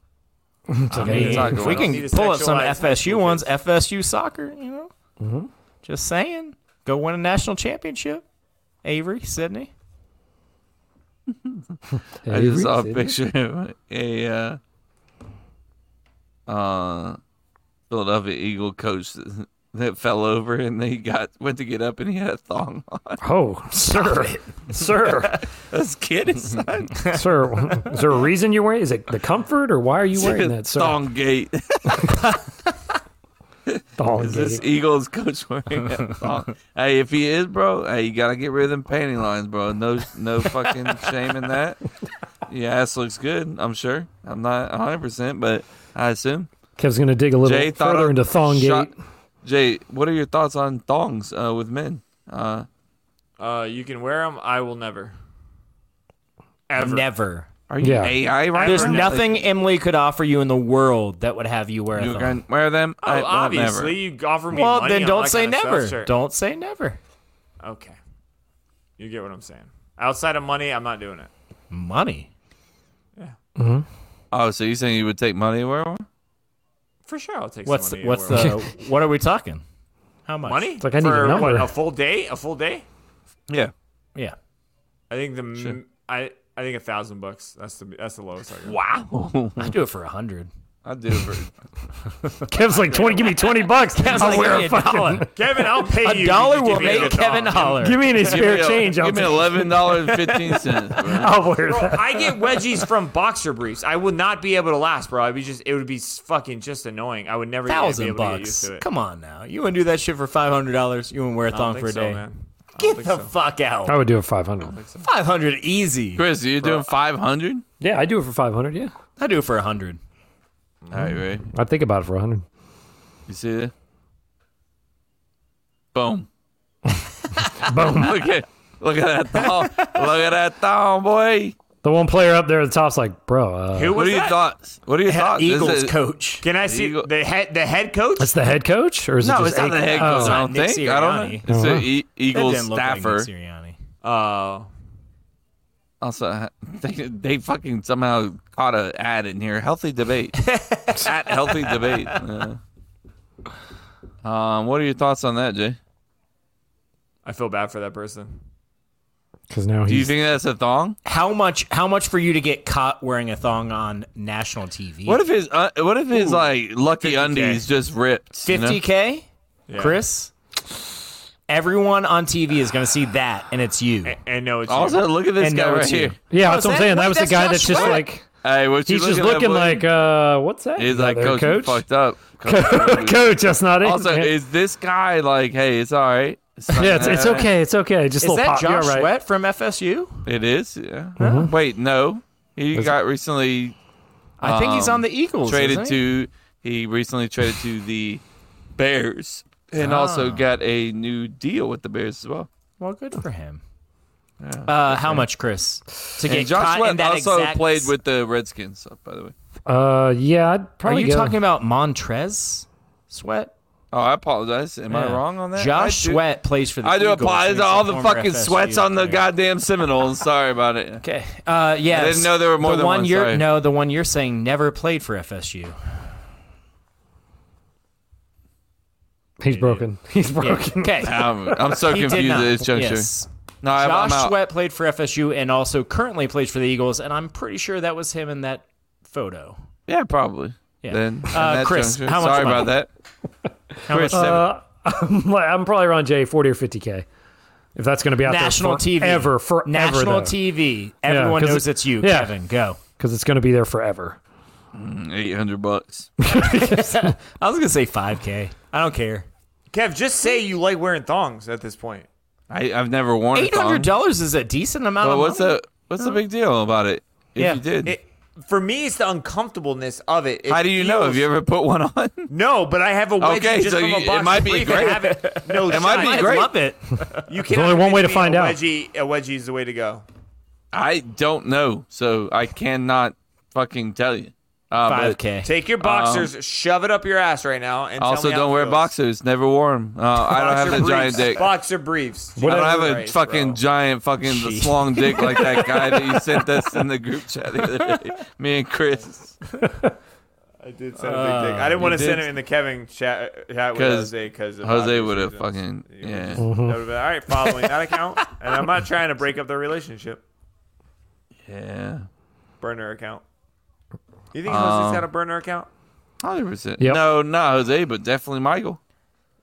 It's
I
okay.
mean,
it's not
if
going
we
on.
Need
can
to
pull up some
sexualize
FSU ones, FSU soccer, you know, just saying, go win a national championship. Avery, Sydney.
I just
Avery,
saw a
Sydney.
picture of a uh, uh, Philadelphia Eagle coach that fell over and they got went to get up and he had a thong on.
Oh, sir, sir,
This kid is not
sir. Is there a reason you're wearing? Is it the comfort, or why are you wearing that? Sir?
thong gate.
Thong
Is
gate.
this e- Eagles coach wearing a thong? hey, if he is, bro, hey, you gotta get rid of them panty lines, bro. No, no fucking shame in that. Your ass looks good. I'm sure. I'm not 100, percent but I assume.
Kev's going to dig a little
Jay thought
further
of-
into Thonggate.
shot- Jay, what are your thoughts on thongs uh, with men? Uh,
Uh, you can wear them. I will never. Ever.
Never.
are you
Yeah.
AI right
There's
now?
nothing Emily could offer you in the world that would have you wear a
You
thong.
can wear them.
Oh,
I, well,
obviously,
Never.
you offer me
Well,
money
then
on
don't
that
say
kinda stuff,
never.
sure.
Don't say never.
Okay. You get what I'm saying. Outside of money, I'm not doing it.
Money.
Oh, so you saying you would take money to wear one?
For sure, I'll take
What's
some money.
what's
to wear
the what are we talking? How much
money?
like I need a
for,
number.
What, a full day? A full day?
Yeah.
Yeah.
I think the m I I think a thousand bucks. That's the that's the lowest I go.
Wow. I do it for a hundred.
I do. For-
Kev's like twenty. Give me twenty bucks.
Kev's
I'll
like,
wear
give me
a
a
fucking
dollar. Kevin, I'll pay
A
you.
dollar
Give
will
me a
make Kevin holler.
Give me any spare change. I'll
Give me
take it.
eleven dollars fifteen cents.
I'll wear
Bro,
that.
I get wedgies from boxer briefs. I would not be able to last, bro. I'd be just, it would be s- fucking just annoying. I would never be
Thousand
able to get used
bucks.
to it.
Come on now. You wouldn't do that shit for five hundred dollars. You wouldn't wear a
I don't
thong
think
for a
so,
day.
man.
Get the fuck out.
I would do it five hundred.
Five hundred easy.
Chris, you doing five hundred?
Yeah, I do it for five hundred. Yeah,
I do it for a hundred.
All right, Ray.
I think about it for hundred.
You see that? Boom.
Boom.
Look at look at that thong. Look at that thong, boy.
The one player up there at the top's like, bro. Uh,
Who
what
was
are your
that?
thoughts? What are your
Head-
thoughts? Is
Eagles
it-
coach.
Can I see the head, the head coach?
That's the head coach, or is it
No,
just
it's not
a-
the head coach.
Oh.
I don't
Nick
think. I don't know.
Sirianni.
It's
Uh-huh.
an e- Eagles
That didn't look like Nick
staffer.
Sirianni.
Oh.
Also, I- they, they fucking somehow caught a ad in here. Healthy debate at healthy debate. Yeah. Um, what are your thoughts on that, Jay?
I feel bad for that person.
Because now
Do you
he's
think that's a thong?
How much? How much for you to get caught wearing a thong on national TV?
What if his uh, What if his like lucky
50K.
undies just ripped? you know?
Fifty k,
Yeah.
Chris. Everyone on TV is going to see that, and it's you.
A- And no, it's you.
Also, look at this
And
guy
no,
right
it's you.
here.
yeah,
Oh,
that's
is
what I'm
that-
saying.
wait,
That was the
that's
guy
Josh
that's just
Sweat.
like
Hey, what you
he's just
at,
looking
boy?
like, uh, what's that?
He's like,
Another
coach, you fucked up. Coach.
coach, that's not it.
also,
yeah,
is this guy like, hey, it's all right? It's, not
yeah, it's, it's
bad.
okay, it's okay. Just a
Is
little
that
pop. You're
Josh
right.
Sweat from FSU?
It is. Yeah. Wait, no, he
Is-
got recently
I think he's
Um,
on the Eagles.
traded
isn't he?
to. He recently traded to the Bears, and also got a new deal with the Bears as well.
Well, good for him. uh, how much, Chris? To
And
get
Josh
caught in
Sweat
that
also
exact-
played with the Redskins, by the way.
Uh, yeah, I'd
Are
probably.
you
go.
talking about Montrez Sweat?
Oh, I apologize. Am I
Yeah.
wrong on that?
Josh
I do,
Sweat plays for the
I do
Eagles,
apologize
and
to
he's a
all the
former
fucking
FSU
sweats on the
player.
goddamn Seminoles. Sorry about it.
Okay. Uh, yeah.
didn't know there were more
the
than
one.
one,
you're
sorry.
no, the one you're saying never played for FSU.
He's broken. He's
Yeah.
broken.
Okay.
I'm, I'm so
He did
confused at
not.
this juncture.
Yes.
No, I'm, I'm
Josh
out.
Sweat played for FSU and also currently plays for the Eagles, and I'm pretty sure that was him in that photo.
Yeah, probably.
Yeah.
Then in
Uh,
that
Chris,
juncture-
how much
sorry
money?
about that.
How much-
Uh, I'm, like, I'm probably around J forty or fifty k. If that's going to be out
national TV
there forever, forever,
national TV. Everyone
'cause
knows
it-
it's you,
yeah.
Kevin. Go.
because it's going to be there forever.
Eight hundred bucks.
I was gonna say 5K. I don't care.
Kev, just say you like wearing thongs at this point.
I, I've never worn.
Eight hundred dollars is a decent amount
But
of
what's
money.
the what's the big deal about it? If
Yeah.
you did,
It, for me, it's the uncomfortableness of it. It
how do you know?
feels-
Have you ever put one on?
No, but I have a wedgie
Okay,
just
so
from
you-
a
it
box
might be
brief and
great.
have it- No,
It might
shot.
be
I
great.
love-
Love it.
You can
only one way to find
a
out.
Wedgie, a wedgie is the way to go.
I don't know, so I cannot fucking tell you. Uh, but
5K.
Take your boxers, shove it up your ass right now, and tell
Um, Also,
me how
don't
it
wear
feels.
boxers. Never wore them. Uh, I don't have
Boxer
the giant
briefs.
dick.
Boxer briefs.
I don't have a
Christ,
fucking
bro.
giant fucking the long dick like that guy that you sent us in the group chat the other day. Me and Chris.
I did send a big dick. I didn't
Uh, you
want to
did.
send it in the Kevin chat, uh, chat with
'Cause
Jose because
Jose would have fucking yeah.
All right, following that account, and I'm not trying to break up their relationship.
Yeah.
Burner account. You think
Um,
Jose's got a burner account?
Hundred percent.
Yep.
No, not Jose, but definitely Michael.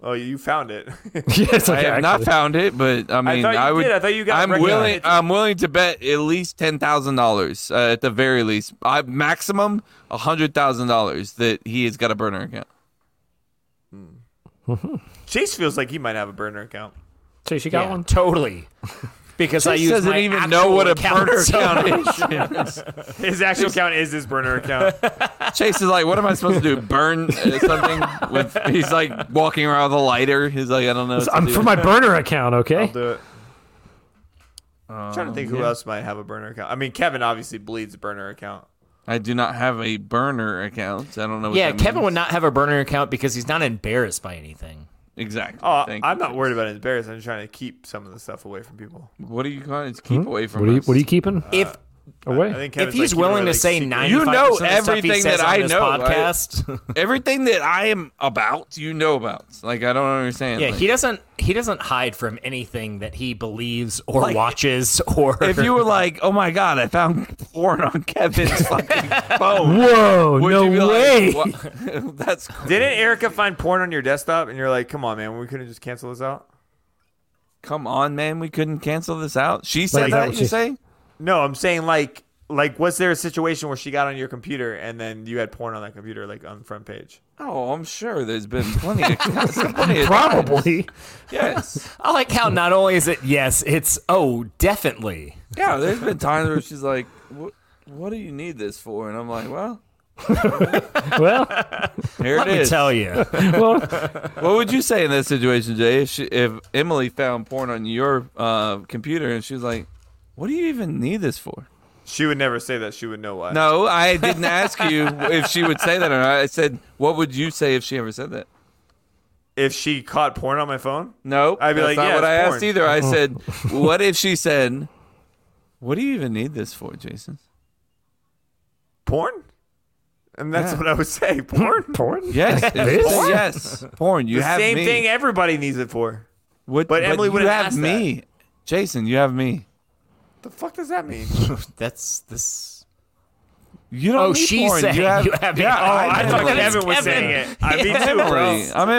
Oh, you found it.
yeah, it's
I
like,
have not
actually-
found it, but I mean,
thought
I,
you
would.
did. I thought you got
I'm
recognized.
willing. I'm willing to bet at least ten thousand uh, dollars at the very least. I maximum hundred thousand dollars that he has got a burner account.
Chase feels like he might have a burner account.
So she got
Yeah,
one.
Totally. Because I
Chris
use
doesn't
my
even know what a
actual
burner account
so-
is.
His actual account is his burner account.
Chase is like, what am I supposed to do? Burn uh, something? With he's like walking around with a lighter. He's like, I don't know. what to
I'm
do.
for my burner account,
I'll
okay?
do it. I'm trying to
Oh,
think who else might have a burner account. I mean, Kevin obviously bleeds a burner account.
I do not have a burner account. I don't know. What
yeah,
that
Kevin
means.
would not have a burner account because he's not embarrassed by anything.
Uh, exactly.
Oh,
Thank
I'm
you.
not worried about his bears. I'm just trying to keep some of the stuff away from people.
Hmm?
What are you going to keep away from?
What are you
us?
What are you keeping?
if
away.
I think
if he's willing to say ninety,
you know everything
he says
that I
on this
know. I-
podcast.
everything that I am about, you know about. Like I don't understand.
yeah,
Like,
he doesn't. He doesn't hide from anything that he believes or
Like,
watches or.
If you were like, "Oh my god, I found porn on Kevin's fucking phone,"
Whoa,
would
no
you be
way.
Like, "What?" That's
Didn't Erica find porn on your desktop and you're like, come on, man, we couldn't just cancel this out?
Come on, man, we couldn't cancel this out. She said that. You say?
No, I'm saying like, like, was there a situation where she got on your computer and then you had porn on that computer, like on the front page?
Oh, I'm sure there's been plenty of plenty of
Probably.
Yes.
I like how not only is it yes, it's oh definitely.
Yeah, there's been times where she's like, "What? What do you need this for?" And I'm like, "Well,
well,
here
Let
it
me
is."
tell you.
Well-
what would you say in that situation, Jay? If, she, if Emily found porn on your uh, computer and she was like, "What do you even need this for?"
She would never say that. She would know why.
No, I didn't ask you if she would say that or not. I said, "What would you say if she ever said that?"
If she caught porn on my phone,
No,
I'd be like,
that's not
yeah,
what
it's
I
porn.
asked either. I said, "What if she said, what do you even need this for, Jason?"
porn, and that's
Yeah.
what I would say. Porn.
porn.
Yes, if she said yes, porn. You
the
have
same
me.
thing everybody needs it for.
What,
But Emily
you
wouldn't
have
ask that.
me, Jason. You have me.
The fuck does that mean?
That's this.
You don't.
Oh,
need
she's
porn.
saying
you have,
you have me.
yeah,
Oh, I
I'm
thought
Emily.
that Evan was
Kevin.
saying it.
I mean,
I'm
too, bro.
Emily. I'm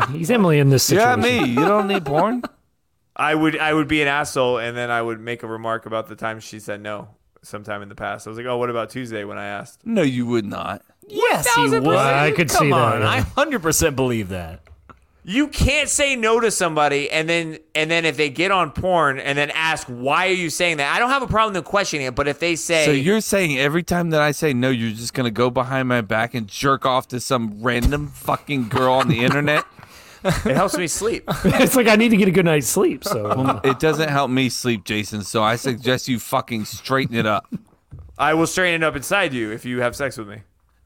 Emily.
He's Emily in this
You
situation.
have me. You don't need porn.
I would I would be an asshole and then I would make a remark about the time she said no sometime in the past. I was like, "Oh, what about Tuesday when I asked?"
No, you would not.
Yes, he would.
I could
Come
see that,
on,
yeah.
I hundred percent believe that.
You can't say no to somebody and then and then if they get on porn and then ask, "Why are you saying that?" I don't have a problem with questioning it, but if they say
So you're saying every time that I say no, you're just gonna go behind my back and jerk off to some random fucking girl on the internet?
it helps me sleep.
it's like I need to get a good night's sleep. So uh,
It doesn't help me sleep, Jason. So I suggest you fucking straighten it up,
I will straighten it up inside you if you have sex with me.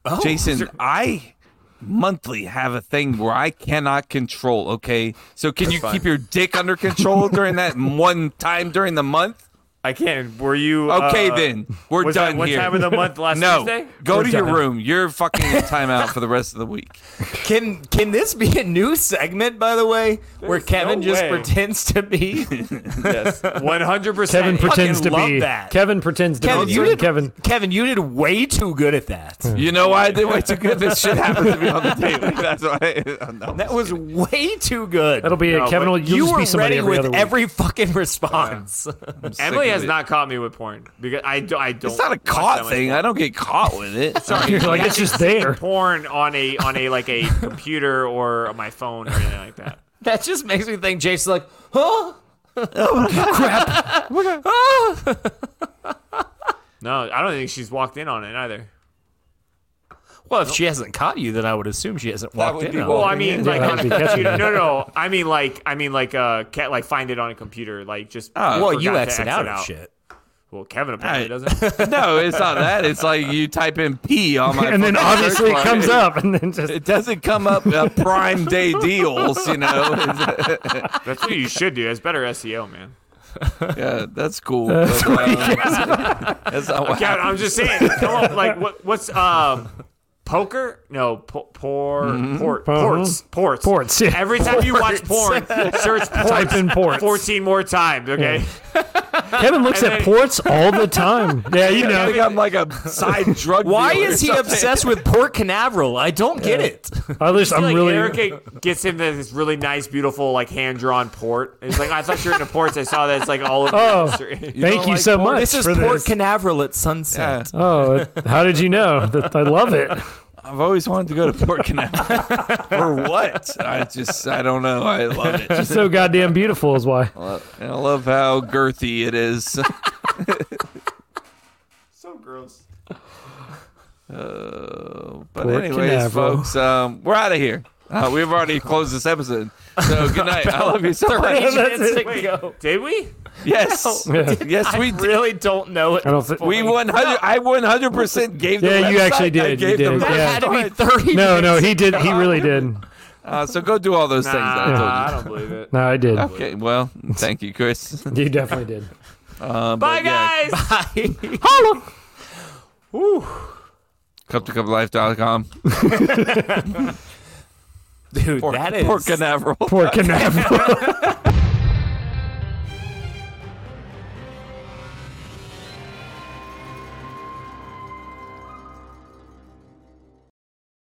Oh,
Jason. I monthly have a thing where I cannot control. Okay, so can you
fine.
keep your dick under control during that one time during the month?
I can't. Were you
Okay,
uh,
then we're
was
done
that one
here.
time of the month last
no,
Tuesday?
go to your
done.
room. You're fucking in timeout for the rest of the week.
Can can this be a new segment, by the way, where Kevin
no
just
way.
pretends to be?
Yes, one hundred percent.
Kevin pretends to
fucking love
be.
that.
Kevin pretends to
Kevin,
be.
you
Sorry,
did-
Kevin.
Kevin, you did way too good at that.
You know why I did way too good? This shit happens to be on the daily. That's why. I, no.
That was way too good.
That'll be it. Kevin will you'll
you
just
were
be
ready
somebody every
with
other week.
every fucking response.
Emily
Sick of
has
it.
not caught me with porn because I, do, I don't.
It's not a
watch that
caught
much
thing.
porn.
I don't get caught with it.
You're like it's just there.
porn on a on a like a computer or my phone or anything like that.
that just makes me think Jason's like, huh?
No, I don't think she's walked in on it either.
Well, if she hasn't caught you, then I would assume she hasn't walked
would
in.
be
on
wild.
Well,
it.
I mean, like
that
on a
would be catchy.
computer. No, no, I mean like I mean like uh, cat like find it on a computer, like just.
Oh.
Well, you
forgot to
exit out of shit.
Well, Kevin apparently
Hey.
doesn't.
no, it's not that. It's like you type in P on my
And then
fucking search
obviously it
bar.
comes up, and then just
It doesn't come up uh, prime day deals, you know.
That's what you should do. That's better SEO, man.
yeah, that's cool. That's, but, um, that's not what
Kevin,
happened.
I'm just saying. Come on, like what what's um. Poker? No, po- por, port, ports, ports,
Mm-hmm. Ports, yeah.
Every time you watch porn, search ports.
Type in ports.
Fourteen more times, okay?
Kevin looks
and
at
then-
ports all the time. Yeah, you
I
know.
think I'm like a side drug.
Why
dealer or
is he
something.
obsessed with Port Canaveral? I don't get it.
I just, I'm
like
really.
Erica gets him this really nice, beautiful, like hand drawn port. It's like I thought you were into ports. I saw that it's like all over
Oh.
the street.
thank you
like
so
porn?
much
This is
for
Port
this.
Canaveral at sunset.
Yeah,
oh, it- how did you know? That- I love it.
I've always wanted to go to Port Canaveral. For what? I just, I don't know. I love it.
So goddamn beautiful is why.
Uh, I love how girthy it is.
so gross.
Uh, But
Port
anyways,
Canaveral.
folks, um, we're out of here. Uh, we've already closed this episode. So good night. I love you so much.
Minutes
it. Oh,
ago.
Did we?
Yes, yes, we did.
Really don't know it.
I don't think.
We one hundred. I one hundred percent gave. them
Yeah, you
website.
actually did.
I
You
gave
did,
them
yeah.
That
website.
had to be 30
no, no,
minutes.
he did. He really did. No,
Uh, so go do all those things.
Nah,
that I
I don't believe it.
I did.
told you. Okay. Well, thank you, Chris.
You definitely did.
Uh,
Bye,
but yeah,
guys. Bye.
Holla.
Woo.
Cup to cuplife.com.
Dude, that is
Port Canaveral.
Port Canaveral.